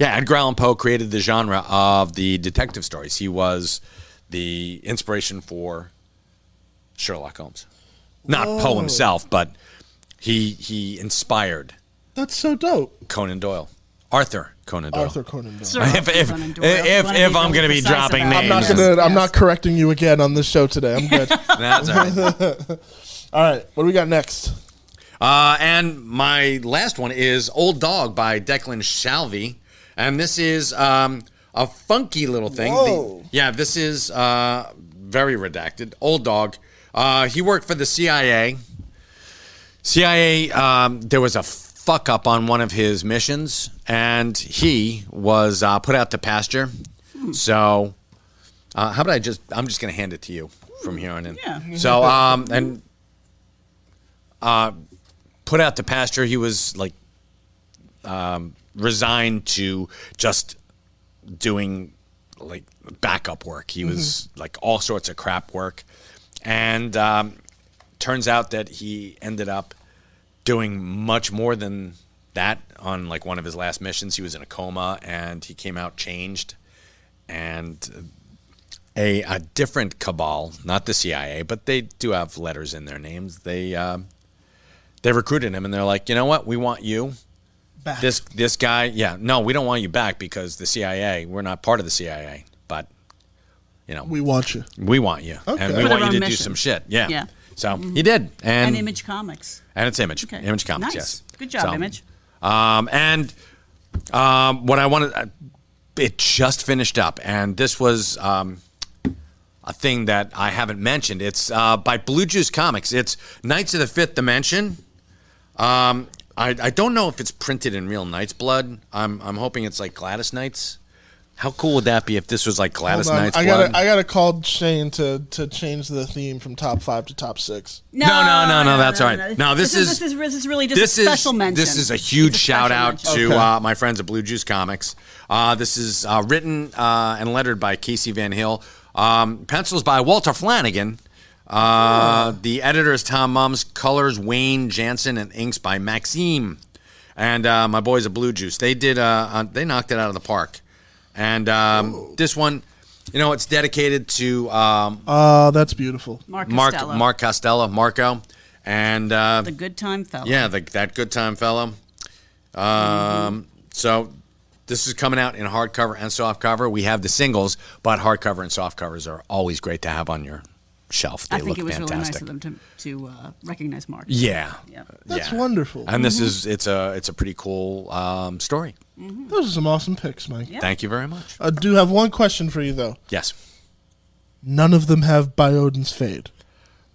Speaker 4: Yeah, Edgar Allan Poe created the genre of the detective stories. He was the inspiration for Sherlock Holmes. Not Poe himself, but he he inspired
Speaker 5: That's so dope.
Speaker 4: Conan Doyle. Arthur Conan Doyle.
Speaker 5: Arthur Conan Doyle.
Speaker 6: Sir
Speaker 4: If- if-
Speaker 6: Conan Doyle. You
Speaker 4: if-
Speaker 6: wanna
Speaker 4: if
Speaker 6: be
Speaker 4: I'm
Speaker 6: really
Speaker 4: gonna be
Speaker 6: precise
Speaker 4: dropping
Speaker 6: about it.
Speaker 5: I'm not
Speaker 4: Amen.
Speaker 5: gonna. I'm
Speaker 6: Yes.
Speaker 5: not correcting you again on this show today. I'm good.
Speaker 4: That's all right.
Speaker 5: all right, what do we got next?
Speaker 4: Uh, and my last one is Old Dog by Declan Shalvey. And this is um, a funky little thing. The-
Speaker 5: Whoa.
Speaker 4: yeah, this is uh, very redacted. Old Dog. Uh, he worked for the CIA. CIA, um, there was a fuck up on one of his missions, and he was uh, put out to pasture. So, uh, how about I just, I'm just going to hand it to you from here on in.
Speaker 6: Yeah.
Speaker 4: So, um, and put out to pasture. He was like um, resigned to just doing like backup work. He was like all sorts of crap work, and um, turns out that he ended up doing much more than that on like one of his last missions. He was in a coma and he came out changed, and uh, a, a different cabal, not the CIA, but they do have letters in their names. They uh, they recruited him and they're like, you know what, we want you.
Speaker 5: Back.
Speaker 4: This this guy, yeah, no, we don't want you back because the CIA, we're not part of the CIA, but you know, we,
Speaker 5: we want you.
Speaker 4: want you
Speaker 5: Okay.
Speaker 4: and we
Speaker 5: Put it
Speaker 4: want you
Speaker 6: on
Speaker 4: to do
Speaker 6: mission.
Speaker 4: some shit. Yeah.
Speaker 6: Yeah. Mm-hmm.
Speaker 4: So he did, and
Speaker 6: and Image Comics.
Speaker 4: and it's Image.
Speaker 6: Okay.
Speaker 4: Image Comics,
Speaker 6: Nice.
Speaker 4: yes.
Speaker 6: Good job, Image.
Speaker 4: Um, and um, what I wanted, uh, it just finished up, and this was um, a thing that I haven't mentioned. It's uh, by Blue Juice Comics. It's Knights of the Fifth Dimension. Um, I, I don't know if it's printed in real Knight's blood. I'm I'm hoping it's like Gladys Knight's. How cool would that be if this was like Gladys
Speaker 5: Hold on,
Speaker 4: Knight's
Speaker 5: I
Speaker 4: blood?
Speaker 5: gotta I gotta call Shane to to change the theme from top five to top six.
Speaker 4: No, no, no, no, that's all right. No, this is-
Speaker 6: this is this is really just a special
Speaker 4: is,
Speaker 6: mention.
Speaker 4: This is a huge
Speaker 6: It's special
Speaker 4: shout out
Speaker 6: mention.
Speaker 4: to
Speaker 5: Okay.
Speaker 4: uh, my friends at Blue Juice Comics. Uh, this is uh, written uh, and lettered by Casey Van Hill. Um, pencils by Walter Flanagan.
Speaker 6: Oh.
Speaker 4: Uh, the editor is Tom Mums. Colors Wayne Jansen and inks by Maxime. And uh, my boys at Blue Juice. They did. Uh, uh, they knocked it out of the park. And um, this one, you know, it's dedicated to um,
Speaker 5: Oh, that's beautiful.
Speaker 6: Mark
Speaker 4: Mark
Speaker 6: Costello,
Speaker 4: Mark Costello, Marco, and uh,
Speaker 6: the good time fellow.
Speaker 4: yeah, the, that good time fellow. Um, So this is coming out in hardcover and softcover. We have the singles, but hardcover and softcovers are always great to have on your shelf. They
Speaker 6: I think
Speaker 4: look
Speaker 6: it was really nice
Speaker 4: fantastic.
Speaker 6: of them to to uh, recognize Mark.
Speaker 4: Yeah.
Speaker 6: Yeah.
Speaker 5: That's Mm-hmm.
Speaker 4: Yeah.
Speaker 5: wonderful.
Speaker 4: And this is it's a it's a pretty cool um, story.
Speaker 5: Those are some awesome picks, Mike.
Speaker 6: Yeah.
Speaker 4: Thank you very much.
Speaker 5: I do have one question for you though.
Speaker 4: Yes.
Speaker 5: None of them have Biodin's fade.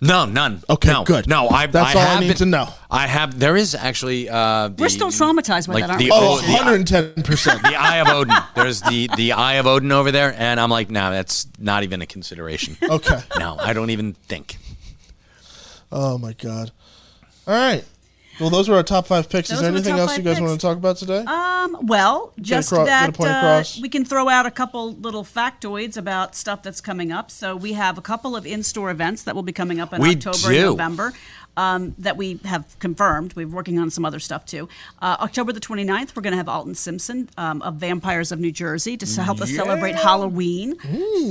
Speaker 4: No, none.
Speaker 5: Okay,
Speaker 4: no,
Speaker 5: good.
Speaker 4: No, I.
Speaker 5: That's
Speaker 4: I
Speaker 5: all I
Speaker 4: have
Speaker 5: need
Speaker 4: been-
Speaker 5: to know.
Speaker 4: I have. There is actually. Uh, the,
Speaker 6: We're still traumatized by
Speaker 4: like
Speaker 6: that, aren't
Speaker 4: the
Speaker 6: we?
Speaker 5: Oh,
Speaker 4: Oh, the-
Speaker 5: 110 percent.
Speaker 4: the Eye of Odin. There's the the Eye of Odin over there, and I'm like, nah, that's not even a consideration.
Speaker 6: Oh.
Speaker 5: Okay.
Speaker 4: No, I don't even think.
Speaker 5: Oh my god. All right. Well, those were our top five picks. Is
Speaker 6: Those
Speaker 5: there
Speaker 6: were the
Speaker 5: anything
Speaker 6: top
Speaker 5: else
Speaker 6: five
Speaker 5: you guys
Speaker 6: picks.
Speaker 5: want to talk about today?
Speaker 6: Um, well, just
Speaker 5: acro- get a
Speaker 6: that
Speaker 5: point
Speaker 6: uh,
Speaker 5: across.
Speaker 6: we can throw out a couple little factoids about stuff that's coming up. So we have a couple of in-store events that will be coming up in
Speaker 4: We
Speaker 6: October
Speaker 4: do.
Speaker 6: and November um, that we have confirmed. We're working on some other stuff too. Uh, October the 29th, we're going to have Alton Simpson um, of Vampires of New Jersey to s- help us celebrate Halloween.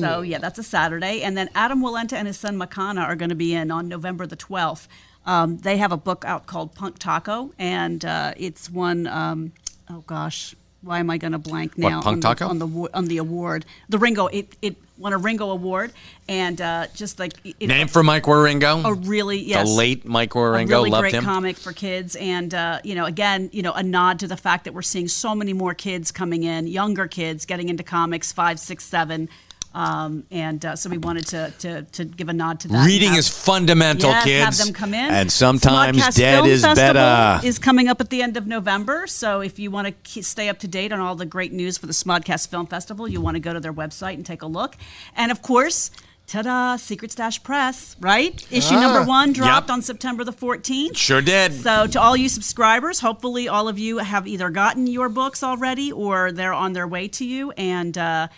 Speaker 6: So yeah, that's a Saturday. And then Adam Walenta and his son Makana are going to be in on November the 12th. Um, they have a book out called Punk Taco, and uh, it's one. Um, oh gosh, why am I going to blank now?
Speaker 4: Punk
Speaker 6: on
Speaker 4: Taco?
Speaker 6: The, on the wa- on the award, the Ringo. It it won a Ringo award, and uh, just like it,
Speaker 4: Name for Mike Waringo.
Speaker 6: a really Oh, yes,
Speaker 4: The late Mike
Speaker 6: a
Speaker 4: Waringo.
Speaker 6: really
Speaker 4: loved
Speaker 6: great
Speaker 4: him.
Speaker 6: comic for kids, and uh, you know, again, you know, a nod to the fact that we're seeing so many more kids coming in, younger kids getting into comics, five, six, seven. Um, and uh, so we wanted to, to to give a nod to that. and
Speaker 4: Reading
Speaker 6: have-
Speaker 4: is fundamental,
Speaker 6: yes,
Speaker 4: kids.
Speaker 6: Have them come in.
Speaker 4: And sometimes
Speaker 6: Smodcast
Speaker 4: dead
Speaker 6: Film
Speaker 4: is
Speaker 6: Festival
Speaker 4: better.
Speaker 6: Is coming up at the end of November, so if you want to ke- stay up to date on all the great news for the Smodcast Film Festival, you want to go to their website and take a look. And of course, ta-da, Secret Stash Press, right?
Speaker 4: Ah.
Speaker 6: Issue number one dropped on September the 14th.
Speaker 4: Sure did.
Speaker 6: So to all you subscribers, hopefully all of you have either gotten your books already or they're on their way to you. And uh,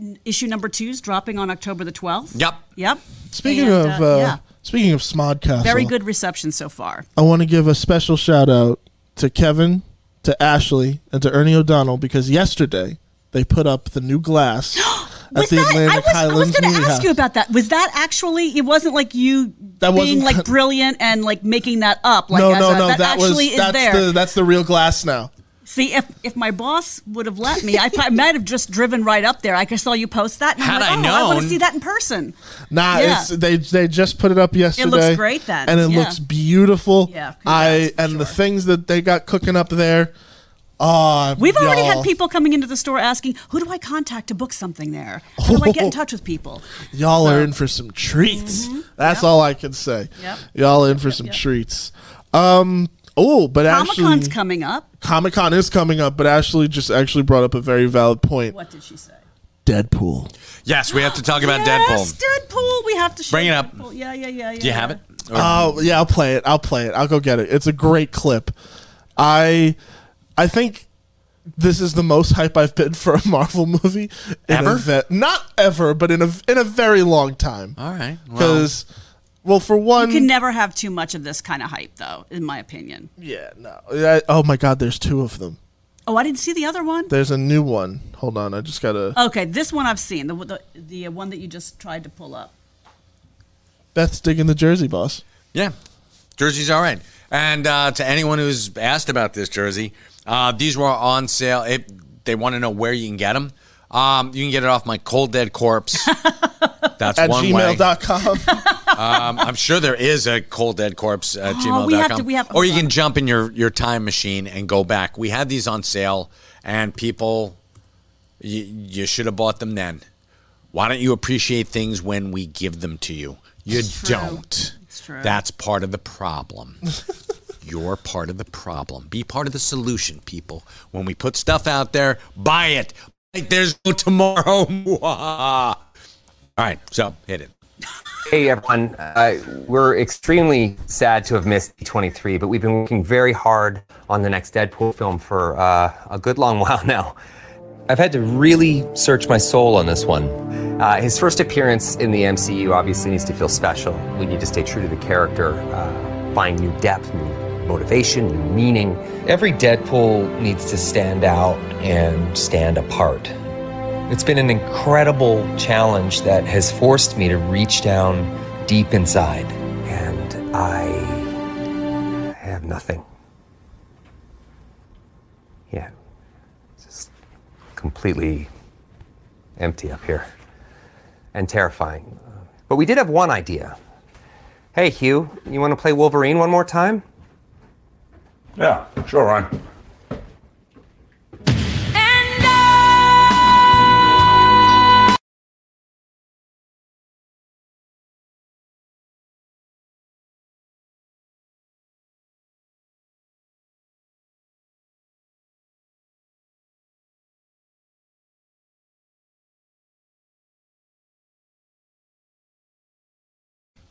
Speaker 6: n- issue number two is dropping on October the 12th.
Speaker 4: Yep.
Speaker 6: Yep.
Speaker 5: Speaking
Speaker 6: And,
Speaker 5: of uh,
Speaker 6: yeah.
Speaker 5: speaking of Smodcastle,
Speaker 6: Very good reception so far.
Speaker 5: I want to give a special shout out to Kevin, to Ashley, and to Ernie O'Donnell because yesterday they put up the new glass at
Speaker 6: Was
Speaker 5: the
Speaker 6: that, I
Speaker 5: Atlantic
Speaker 6: was, I was
Speaker 5: Highlands
Speaker 6: going to
Speaker 5: Movie
Speaker 6: ask
Speaker 5: House.
Speaker 6: you about that. Was that actually? It wasn't like you
Speaker 5: That
Speaker 6: being
Speaker 5: wasn't-
Speaker 6: like brilliant and like making that up. Like
Speaker 5: no,
Speaker 6: as
Speaker 5: no,
Speaker 6: a-
Speaker 5: no.
Speaker 6: That,
Speaker 5: That, was
Speaker 6: actually is
Speaker 5: that's
Speaker 6: there.
Speaker 5: the that's the real glass now.
Speaker 6: See, if if my boss would have let me, I probably might have just driven right up there. I saw you post that, and
Speaker 4: Had I
Speaker 6: I'm like, oh, I want
Speaker 4: known."
Speaker 6: to see that in person.
Speaker 5: Nah,
Speaker 6: Yeah.
Speaker 5: it's they they just put it up yesterday.
Speaker 6: great then,
Speaker 5: and it
Speaker 6: yeah.
Speaker 5: looks beautiful.
Speaker 6: Yeah, congrats,
Speaker 5: I
Speaker 6: for
Speaker 5: and the
Speaker 6: sure.
Speaker 5: things that they got cooking up there. Ah,
Speaker 6: We've already had
Speaker 5: y'all.
Speaker 6: people coming into the store asking, who do I contact to book something there? How do I get in touch with people?
Speaker 5: Y'all are in for some treats. That's all I can say.
Speaker 6: Mm-hmm. Yep.
Speaker 5: Y'all are in for some treats. Um. Oh, but
Speaker 6: Comic Con's
Speaker 5: actually,
Speaker 6: coming up.
Speaker 5: Comic Con is coming up. But Ashley just actually brought up a very valid point.
Speaker 6: What did she say?
Speaker 5: Deadpool.
Speaker 4: Yes, we have to talk about
Speaker 6: Yes,
Speaker 4: Deadpool.
Speaker 6: Deadpool. We have to show
Speaker 4: Bring it up.
Speaker 6: Deadpool. Yeah, yeah, yeah, yeah.
Speaker 4: Do you have it? Or-
Speaker 5: Uh, Oh yeah, I'll play it. I'll play it. I'll go get it. It's a great clip. I I think this is the most hype I've been for a Marvel movie in
Speaker 4: Ever?
Speaker 5: A ve- not ever, but in a in a very long time.
Speaker 4: All right. well,
Speaker 5: Because, well, for one,
Speaker 6: You
Speaker 4: Mm.
Speaker 6: can never have too much of this kind of hype, though, in my opinion.
Speaker 5: yeah, no. I, oh my God, there's two of them.
Speaker 6: Oh, I didn't see the other one.
Speaker 5: There's a new one. Hold on, I just gotta.
Speaker 6: Okay, this one I've seen. The the, the uh, one that you just tried to pull up.
Speaker 5: Beth's digging the jersey, boss.
Speaker 4: Yeah, jersey's all right. And uh, to anyone who's asked about this jersey, uh, these were on sale. It, they want to know where you can get them. Um, you can get it off my cold dead corpse. That's
Speaker 5: At
Speaker 4: one way.
Speaker 5: gmail.com.
Speaker 4: Um, I'm sure there is a cold dead corpse at gmail.com.
Speaker 6: Oh, we have to- we have-
Speaker 4: or you
Speaker 6: hold
Speaker 4: can
Speaker 6: on.
Speaker 4: jump in your, your time machine and go back. We had these on sale, and people, you, you should have bought them then. Why don't you appreciate things when we give them to you? You don't.
Speaker 6: It's true.
Speaker 4: That's part of the problem. You're part of the problem. Be part of the solution, people. When we put stuff out there, buy it. Like there's no tomorrow. Mwah. All right, so hit it.
Speaker 7: Hey everyone, uh, we're extremely sad to have missed D23, but we've been working very hard on the next Deadpool film for uh, a good long while now. I've had to really search my soul on this one. Uh, his first appearance in the MCU obviously needs to feel special. We need to stay true to the character, uh, find new depth, new motivation, new meaning. Every Deadpool needs to stand out and stand apart. It's been an incredible challenge that has forced me to reach down deep inside. And I have nothing. Yeah. It's just completely empty up here and terrifying. But we did have one idea. Hey, Hugh, you want to play Wolverine one more time?
Speaker 8: Yeah, sure, Ryan.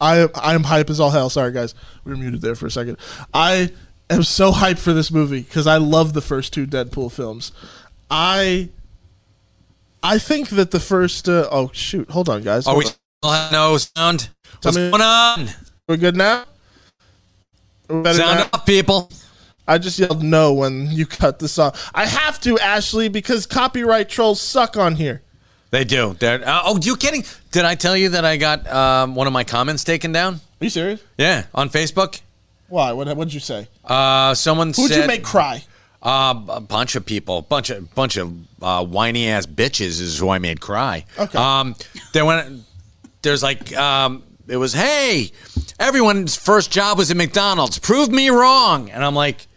Speaker 5: I I'm hype as all hell. Sorry guys, we were muted there for a second. I am so hyped for this movie because I love the first two Deadpool films. I I think that the first uh, oh shoot, hold on guys,
Speaker 4: Are
Speaker 5: Hold
Speaker 4: we
Speaker 5: on.
Speaker 4: still have no sound? What's
Speaker 5: me-
Speaker 4: going on?
Speaker 5: we're good now? We're better now?
Speaker 4: Sound up, people.
Speaker 5: I just yelled no when you cut the song. I have to Ashley because copyright trolls suck on here.
Speaker 4: They do. They're, uh, oh, you kidding? Did I tell you that I got um, one of my comments taken down?
Speaker 5: Are you serious?
Speaker 4: Yeah, on Facebook.
Speaker 5: Why? What what'd you say?
Speaker 4: Uh, someone
Speaker 5: Who'd
Speaker 4: said
Speaker 5: you make cry?
Speaker 4: uh, a bunch of people, bunch of bunch of uh, whiny ass bitches is who I made cry.
Speaker 5: Okay.
Speaker 4: Um, there went. There's like um, it was. Hey, everyone's first job was at McDonald's. Prove me wrong. And I'm like,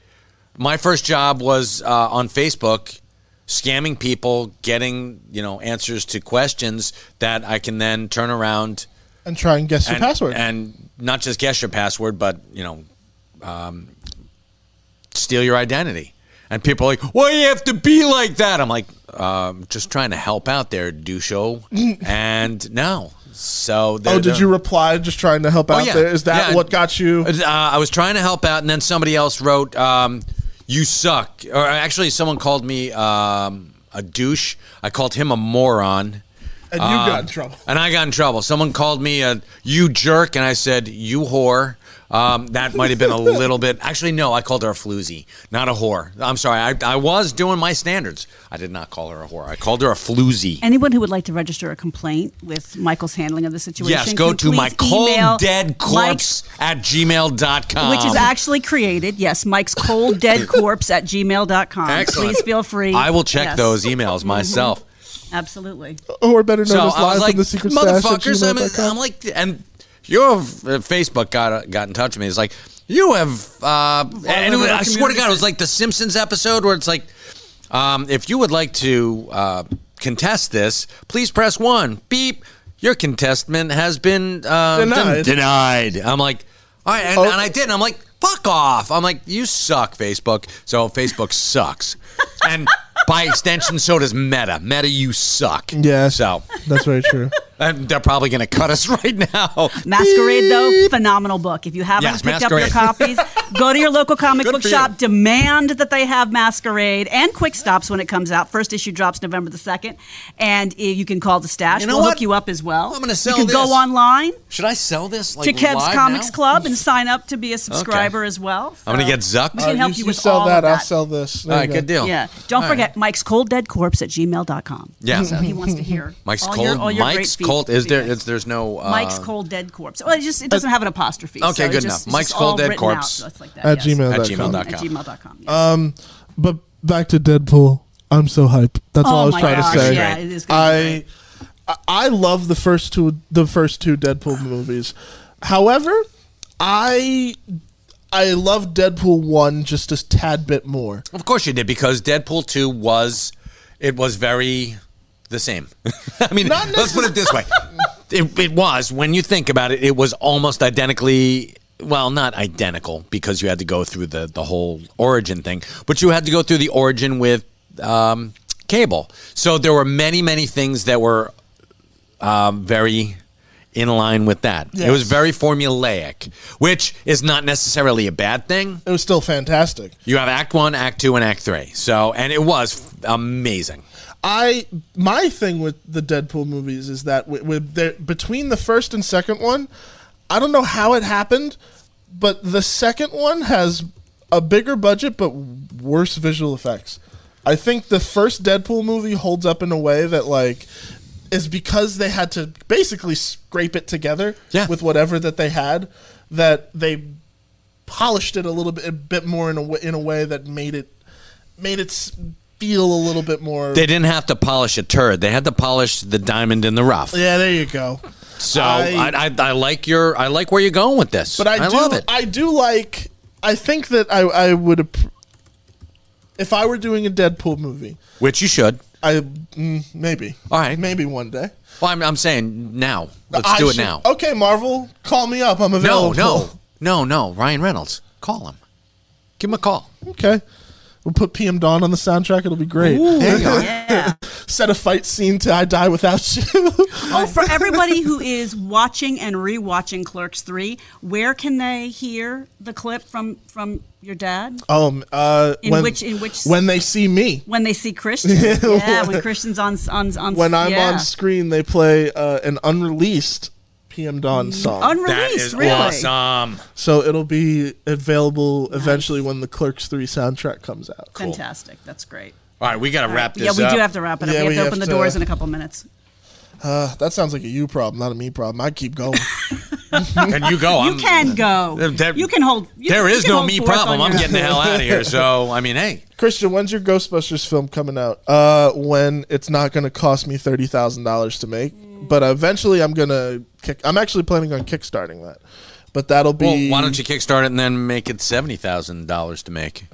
Speaker 4: my first job was uh, on Facebook, scamming people, getting you know answers to questions that I can then turn around
Speaker 5: And try and guess your
Speaker 4: and,
Speaker 5: password.
Speaker 4: and not just guess your password, but you know, um, steal your identity. And people are like, "Why you have to be like that?" I'm like, um, "Just trying to help out there, doucho." and no, so
Speaker 5: oh,
Speaker 4: they're-
Speaker 5: did
Speaker 4: they're-
Speaker 5: you reply just trying to help out
Speaker 4: yeah.
Speaker 5: there? Is that
Speaker 4: Yeah.
Speaker 5: what got you?
Speaker 4: Uh, I was trying to help out, and then somebody else wrote, um, "You suck." Or actually, someone called me um, a douche. I called him a moron.
Speaker 5: And you
Speaker 4: uh,
Speaker 5: got in trouble.
Speaker 4: Um, And I got in trouble. Someone called me a you jerk, and I said you whore. Um, that might have been a little bit. Actually, no, I called her a floozy, not a whore. I'm sorry. I, I was doing my standards. I did not call her a whore. I called her a floozy.
Speaker 6: Anyone who would like to register a complaint with Michael's handling of the situation,
Speaker 4: Yes, go
Speaker 6: can
Speaker 4: to my
Speaker 6: please email
Speaker 4: cold dead
Speaker 6: Mike's-
Speaker 4: corpse at gmail.com.
Speaker 6: which is actually created. Yes, Mike's cold dead corpse at gmail.com.
Speaker 4: Excellent.
Speaker 6: Please feel free.
Speaker 4: I will check
Speaker 6: Yes, Mm-hmm.
Speaker 4: those e- emails myself.
Speaker 6: Absolutely.
Speaker 5: or better known
Speaker 4: So
Speaker 5: as
Speaker 4: I
Speaker 5: live
Speaker 4: was like,
Speaker 5: from the secret stash at
Speaker 4: motherfuckers, I'm,
Speaker 5: gmail.com.
Speaker 4: I'm like, and your uh, Facebook got got in touch with me. It's like, you have, uh, and it was- I swear to God, it was like the Simpsons episode where it's like, um, if you would like to uh, contest this, please press one. Beep, your contestment has been uh, den-
Speaker 5: Denied.
Speaker 4: denied. I'm like, all right, and,
Speaker 5: Oh.
Speaker 4: and I did. And I'm like, fuck off. I'm like, you suck, Facebook. So Facebook sucks, and by extension, so does Meta. Meta, you suck.
Speaker 5: Yeah.
Speaker 4: So.
Speaker 5: That's very true.
Speaker 4: And they're probably going to cut us right now.
Speaker 6: Masquerade, though, phenomenal book. If you haven't
Speaker 4: Yes,
Speaker 6: picked up your
Speaker 4: Masquerade.
Speaker 6: copies, Go to your local comic
Speaker 4: Good
Speaker 6: book
Speaker 4: for you.
Speaker 6: shop, demand that they have Masquerade and Quick Stops when it comes out. First issue drops November the 2nd, and eh, you can call the stash.
Speaker 4: You know
Speaker 6: we'll
Speaker 4: what?
Speaker 6: hook you up as well.
Speaker 4: I'm gonna sell
Speaker 6: You can go
Speaker 4: this.
Speaker 6: online
Speaker 4: Should I sell this like
Speaker 6: to Kev's
Speaker 4: live
Speaker 6: Comics
Speaker 4: now?
Speaker 6: Club and sign up to be a subscriber as well.
Speaker 4: I'm gonna
Speaker 6: So
Speaker 4: get zucked.
Speaker 6: We can help you,
Speaker 5: Uh, you
Speaker 6: with
Speaker 5: sell
Speaker 6: all
Speaker 5: that,
Speaker 6: of that.
Speaker 5: I'll sell this.
Speaker 4: All
Speaker 5: There you
Speaker 4: right,
Speaker 5: go.
Speaker 4: good deal.
Speaker 6: Yeah. Don't
Speaker 4: All right.
Speaker 6: forget Mike's Cold Dead Corpse at gmail.com.
Speaker 4: Yeah.
Speaker 6: He wants to hear
Speaker 4: Mike's
Speaker 6: all
Speaker 4: cold.
Speaker 6: Your, all your great
Speaker 4: Mike's
Speaker 6: feed-
Speaker 4: cold. Is there?
Speaker 6: feedback.
Speaker 4: Is there's no? Uh,
Speaker 6: Mike's cold dead corpse. Well, it just it doesn't have an apostrophe.
Speaker 4: okay,
Speaker 6: so it
Speaker 4: good
Speaker 6: just-
Speaker 4: enough.
Speaker 6: it's just
Speaker 4: Mike's
Speaker 6: all
Speaker 4: Cold Dead
Speaker 6: written out,
Speaker 4: Corpse.
Speaker 6: so it's like that,
Speaker 5: At
Speaker 6: yes.
Speaker 5: gmail
Speaker 4: At
Speaker 5: dot
Speaker 4: gmail
Speaker 5: com.
Speaker 4: dot
Speaker 6: At
Speaker 4: com.
Speaker 6: gmail.com. Yes.
Speaker 5: But back to Deadpool. I'm so hyped. That's
Speaker 6: Oh
Speaker 5: all I was
Speaker 6: my
Speaker 5: trying
Speaker 6: gosh,
Speaker 5: to say.
Speaker 6: yeah, it is gonna be
Speaker 5: I I I love the first two the first two Deadpool movies. However, I I love Deadpool 1 just a tad bit more.
Speaker 4: Of course you did because Deadpool two was it was very the same. I mean,
Speaker 5: Not
Speaker 4: let's put it this way: it, it was when you think about it, it was almost identically. Well, not identical because you had to go through the the whole origin thing, but you had to go through the origin with um, Cable. So there were many many things that were um, very in line with that. It was
Speaker 5: Yes.
Speaker 4: very formulaic, which is not necessarily a bad thing.
Speaker 5: It was still fantastic.
Speaker 4: You have Act One, Act Two, and Act Three. So, and it was f- amazing.
Speaker 5: I my thing with the Deadpool movies is that with, with the, between the first and second one, I don't know how it happened, but the second one has a bigger budget but worse visual effects. I think the first Deadpool movie holds up in a way that like is because they had to basically scrape it together
Speaker 4: Yeah.
Speaker 5: with whatever that they had that they polished it a little bit a bit more in a w- in a way that made it made it s- feel a little bit more
Speaker 4: They didn't have to polish a turd; they had to polish the diamond in the rough.
Speaker 5: Yeah, there you go.
Speaker 4: So, I,
Speaker 5: I-
Speaker 4: I, I, like your, I like where you're going with this.
Speaker 5: But I, do,
Speaker 4: love it.
Speaker 5: I do like. I think that I, I would, appr- if I were doing a Deadpool movie,
Speaker 4: Which you should.
Speaker 5: I mm, maybe.
Speaker 4: All right.
Speaker 5: maybe one day.
Speaker 4: Well, I'm, I'm saying now. Let's
Speaker 5: I
Speaker 4: do it
Speaker 5: should-
Speaker 4: now.
Speaker 5: Okay, Marvel, call me up. I'm
Speaker 4: no,
Speaker 5: available.
Speaker 4: Oh, no, no, no. Ryan Reynolds, call him. Give him a call.
Speaker 5: Okay, we'll put PM Dawn on the soundtrack. It'll be great.
Speaker 4: There you go.
Speaker 6: Yeah.
Speaker 5: Set a fight scene to I Die Without You.
Speaker 6: oh, for everybody who is watching and rewatching Clerks 3, where can they hear the clip from from your dad
Speaker 5: um, uh,
Speaker 6: In
Speaker 5: when,
Speaker 6: which- in which-
Speaker 5: when they see me.
Speaker 6: when they see Christian? yeah, when Christian's on on on
Speaker 5: When I'm
Speaker 6: yeah.
Speaker 5: on screen, they play uh, an unreleased PM Dawn song.
Speaker 4: That
Speaker 6: Unreleased,
Speaker 4: is
Speaker 6: really.
Speaker 4: awesome.
Speaker 5: So it'll be available eventually when the Clerks 3 soundtrack comes out.
Speaker 6: Fantastic. That's great.
Speaker 4: All right, we got to wrap
Speaker 6: yeah,
Speaker 4: this
Speaker 6: we
Speaker 4: up.
Speaker 6: do have to wrap it up.
Speaker 5: Yeah,
Speaker 6: we have
Speaker 5: we
Speaker 6: to
Speaker 5: have
Speaker 6: open the
Speaker 5: to-
Speaker 6: doors in a couple minutes.
Speaker 5: Uh, that sounds like a you problem, not a me problem. I keep going.
Speaker 4: And you go.
Speaker 6: You
Speaker 4: I'm-
Speaker 6: can go.
Speaker 4: There-
Speaker 6: you can hold. You,
Speaker 4: There
Speaker 6: you
Speaker 4: is
Speaker 6: can
Speaker 4: no
Speaker 6: hold
Speaker 4: me
Speaker 6: forth
Speaker 4: problem.
Speaker 6: on
Speaker 4: I'm
Speaker 6: your-
Speaker 4: getting the hell out of here. So, I mean, hey.
Speaker 5: Christian, when's your Ghostbusters film coming out? Uh, when it's not going to cost me thirty thousand dollars to make,
Speaker 4: Mm.
Speaker 5: but eventually I'm gonna kick. I'm actually planning on kickstarting that, but that'll be.
Speaker 4: Well, why don't you kickstart it and then make it seventy thousand dollars to make?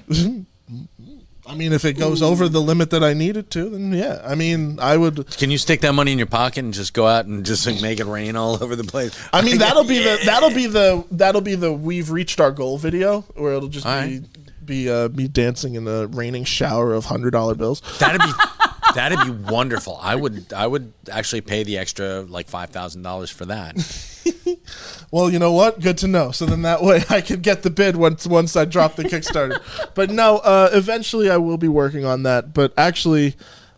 Speaker 5: I mean, if it goes over the limit that I need it to, then yeah. I mean, I would.
Speaker 4: Can you stick that money in your pocket and just go out and just like, make it rain all over the place?
Speaker 5: I mean, that'll be the that'll be the that'll be the we've reached our goal video, where it'll just
Speaker 4: All
Speaker 5: be
Speaker 4: right.
Speaker 5: be uh, me dancing in a raining shower of hundred dollar bills.
Speaker 4: That'd be that'd be wonderful. I would I would actually pay the extra like five thousand dollars for that.
Speaker 5: Well, you know what? Good to know. So then that way I could get the bid once once I drop the Kickstarter. but no, uh, eventually I will be working on that. But actually,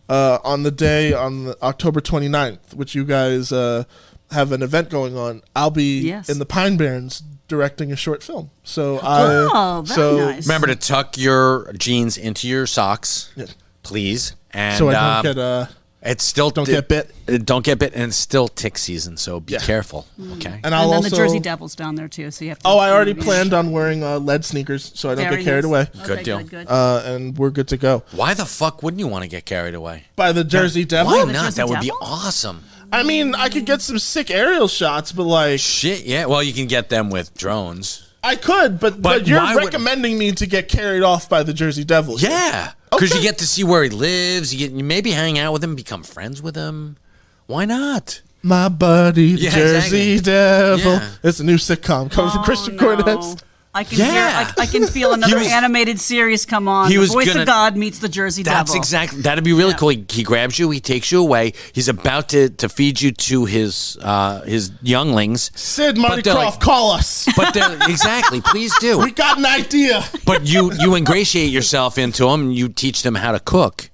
Speaker 5: uh, on the day on the October 29th, which you guys uh, have an event going on, I'll be
Speaker 6: Yes.
Speaker 5: in the Pine Barrens directing a short film. So I
Speaker 6: Oh, very
Speaker 5: so
Speaker 6: nice.
Speaker 4: Remember to tuck your jeans into your socks,
Speaker 5: Yes.
Speaker 4: please. And
Speaker 5: so I don't
Speaker 4: um,
Speaker 5: get uh,
Speaker 4: it's still uh,
Speaker 5: don't get bit.
Speaker 4: Don't get bit, and it's still tick season, so be careful. Okay.
Speaker 5: and I'll
Speaker 6: And then
Speaker 5: also
Speaker 6: the Jersey Devils down there too. So you have to.
Speaker 5: oh I already
Speaker 6: Yeah.
Speaker 5: planned on wearing uh, lead sneakers so I don't
Speaker 6: Very
Speaker 5: get carried
Speaker 6: nice.
Speaker 5: away.
Speaker 6: Okay,
Speaker 4: Good deal.
Speaker 6: Good, good.
Speaker 5: Uh, and we're good to go.
Speaker 4: Why the fuck wouldn't you want to get carried away?
Speaker 5: By the Jersey Devil.
Speaker 4: Why
Speaker 6: the
Speaker 4: not?
Speaker 6: Jersey
Speaker 4: That would be
Speaker 6: Devil?
Speaker 4: awesome.
Speaker 5: I mean, I could get some sick aerial shots, but like
Speaker 4: Shit, yeah. Well, you can get them with drones.
Speaker 5: I could,
Speaker 4: But
Speaker 5: but, but, you're
Speaker 4: why would-
Speaker 5: recommending me to get carried off by the Jersey Devils.
Speaker 4: Yeah, because you
Speaker 5: Okay.
Speaker 4: get to see where he lives. You get you maybe hang out with him, become friends with him. Why not?
Speaker 5: My buddy, the
Speaker 4: Yeah,
Speaker 5: Jersey
Speaker 4: exactly.
Speaker 5: Devil.
Speaker 4: Yeah.
Speaker 5: It's a new sitcom coming from Christian
Speaker 6: Oh, no.
Speaker 5: Cornett.
Speaker 6: I can hear,
Speaker 4: Yeah.
Speaker 6: I, I can feel another
Speaker 4: was-
Speaker 6: animated series come on.
Speaker 4: he
Speaker 6: the
Speaker 4: was
Speaker 6: voice
Speaker 4: gonna-
Speaker 6: of God meets the Jersey
Speaker 4: That's
Speaker 6: Devil.
Speaker 4: exactly. That'd be really cool. He, he grabs you. He takes you away. He's about to, to feed you to his uh, his younglings.
Speaker 5: Sid Marty
Speaker 4: But they're
Speaker 5: Croft,
Speaker 4: like-
Speaker 5: call us.
Speaker 4: But they're- exactly, please
Speaker 5: we
Speaker 4: do.
Speaker 5: got an idea.
Speaker 4: But you you ingratiate yourself into them. And you teach them how to cook.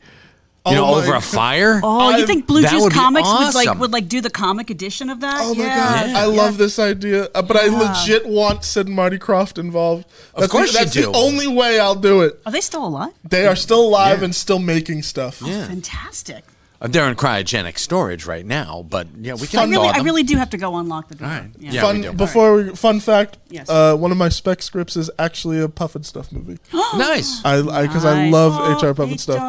Speaker 4: You know,
Speaker 5: my
Speaker 4: over a
Speaker 5: God.
Speaker 4: fire.
Speaker 6: Oh, you
Speaker 5: I-
Speaker 6: think Blue
Speaker 4: that
Speaker 6: Juice
Speaker 4: would be
Speaker 6: Comics would like
Speaker 4: awesome.
Speaker 6: would like do the comic edition of that?
Speaker 5: Oh my
Speaker 6: yeah.
Speaker 5: god, I love this idea, uh, but I legit want Sid and Marty Croft involved. That's
Speaker 4: course
Speaker 5: the,
Speaker 4: you
Speaker 5: that's
Speaker 4: do.
Speaker 5: the only way I'll do it.
Speaker 6: Are they still alive?
Speaker 5: They are still alive and still making stuff.
Speaker 6: Fantastic.
Speaker 4: Uh, They're in cryogenic storage right now. But yeah, we can.
Speaker 6: I really,
Speaker 4: thaw
Speaker 6: I
Speaker 4: them.
Speaker 6: really do have to go unlock the door.
Speaker 4: All right.
Speaker 6: Yeah.
Speaker 4: Yeah. we
Speaker 5: Fun
Speaker 4: do.
Speaker 5: before we, fun fact.
Speaker 6: Yes.
Speaker 5: Uh, one of my spec scripts is actually a Puff and Stuff movie.
Speaker 4: nice.
Speaker 5: I because I, love HR Puff and Stuff.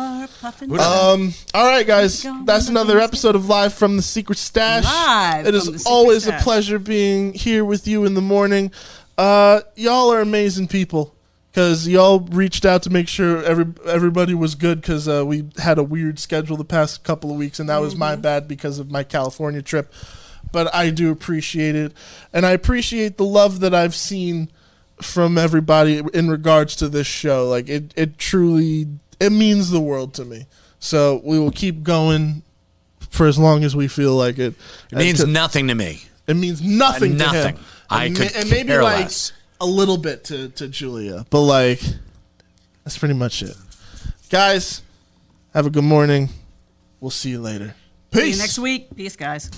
Speaker 6: Um,
Speaker 5: All right, guys,
Speaker 6: Don't
Speaker 5: that's
Speaker 6: remember
Speaker 5: another
Speaker 6: these-
Speaker 5: episode of Live from the Secret Stash.
Speaker 6: Live
Speaker 5: it
Speaker 6: from the
Speaker 5: is
Speaker 6: Secret
Speaker 5: always
Speaker 6: Stash.
Speaker 5: a pleasure being here with you in the morning. Uh, y'all are amazing people because y'all reached out to make sure every everybody was good because uh, we had a weird schedule the past couple of weeks, and that was
Speaker 6: Mm-hmm.
Speaker 5: my bad because of my California trip. But I do appreciate it, and I appreciate the love that I've seen from everybody in regards to this show. Like it, it truly it means the world to me. So we will keep going for as long as we feel like it.
Speaker 4: It means
Speaker 5: And to-
Speaker 4: nothing to me.
Speaker 5: it means nothing.
Speaker 4: Nothing.
Speaker 5: To him.
Speaker 4: I
Speaker 5: and,
Speaker 4: could
Speaker 5: and maybe
Speaker 4: care
Speaker 5: like
Speaker 4: less.
Speaker 5: a little bit to to Julia, but like that's pretty much it. Guys, have a good morning. We'll see you later. Peace.
Speaker 6: See you next week. Peace, guys.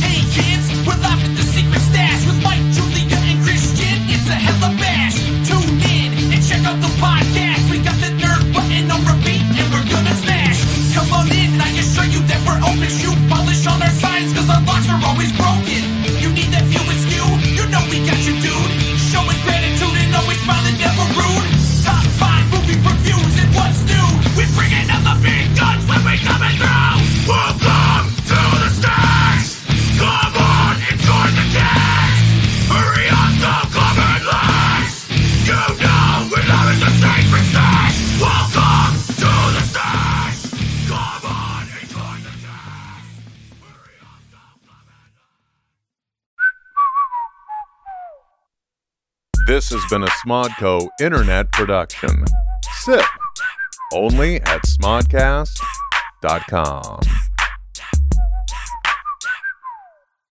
Speaker 2: Hey kids, we're live at the secret stash with Mike, Julia, and Christian. It's a hella bash. Tune in and check out the podcast. We got the nerd button on repeat, and we're gonna smash. Come on in, I assure you that we're open. Shoot polish on our signs, cause our locks are always broken. You need that view askew, you know we got you, dude. Showing gratitude and always smiling, never rude. Top five movie reviews and what's new. We bringing out the big guns when we coming through. Welcome to the stash. Come on and join the cast! Hurry up, don't come in last! You know we're not in the sacred stash! Welcome to the stash! Come on and join the cast! Hurry up, don't come in last!
Speaker 9: This has been a Smodco internet production. Sip. Only at smodcast.com.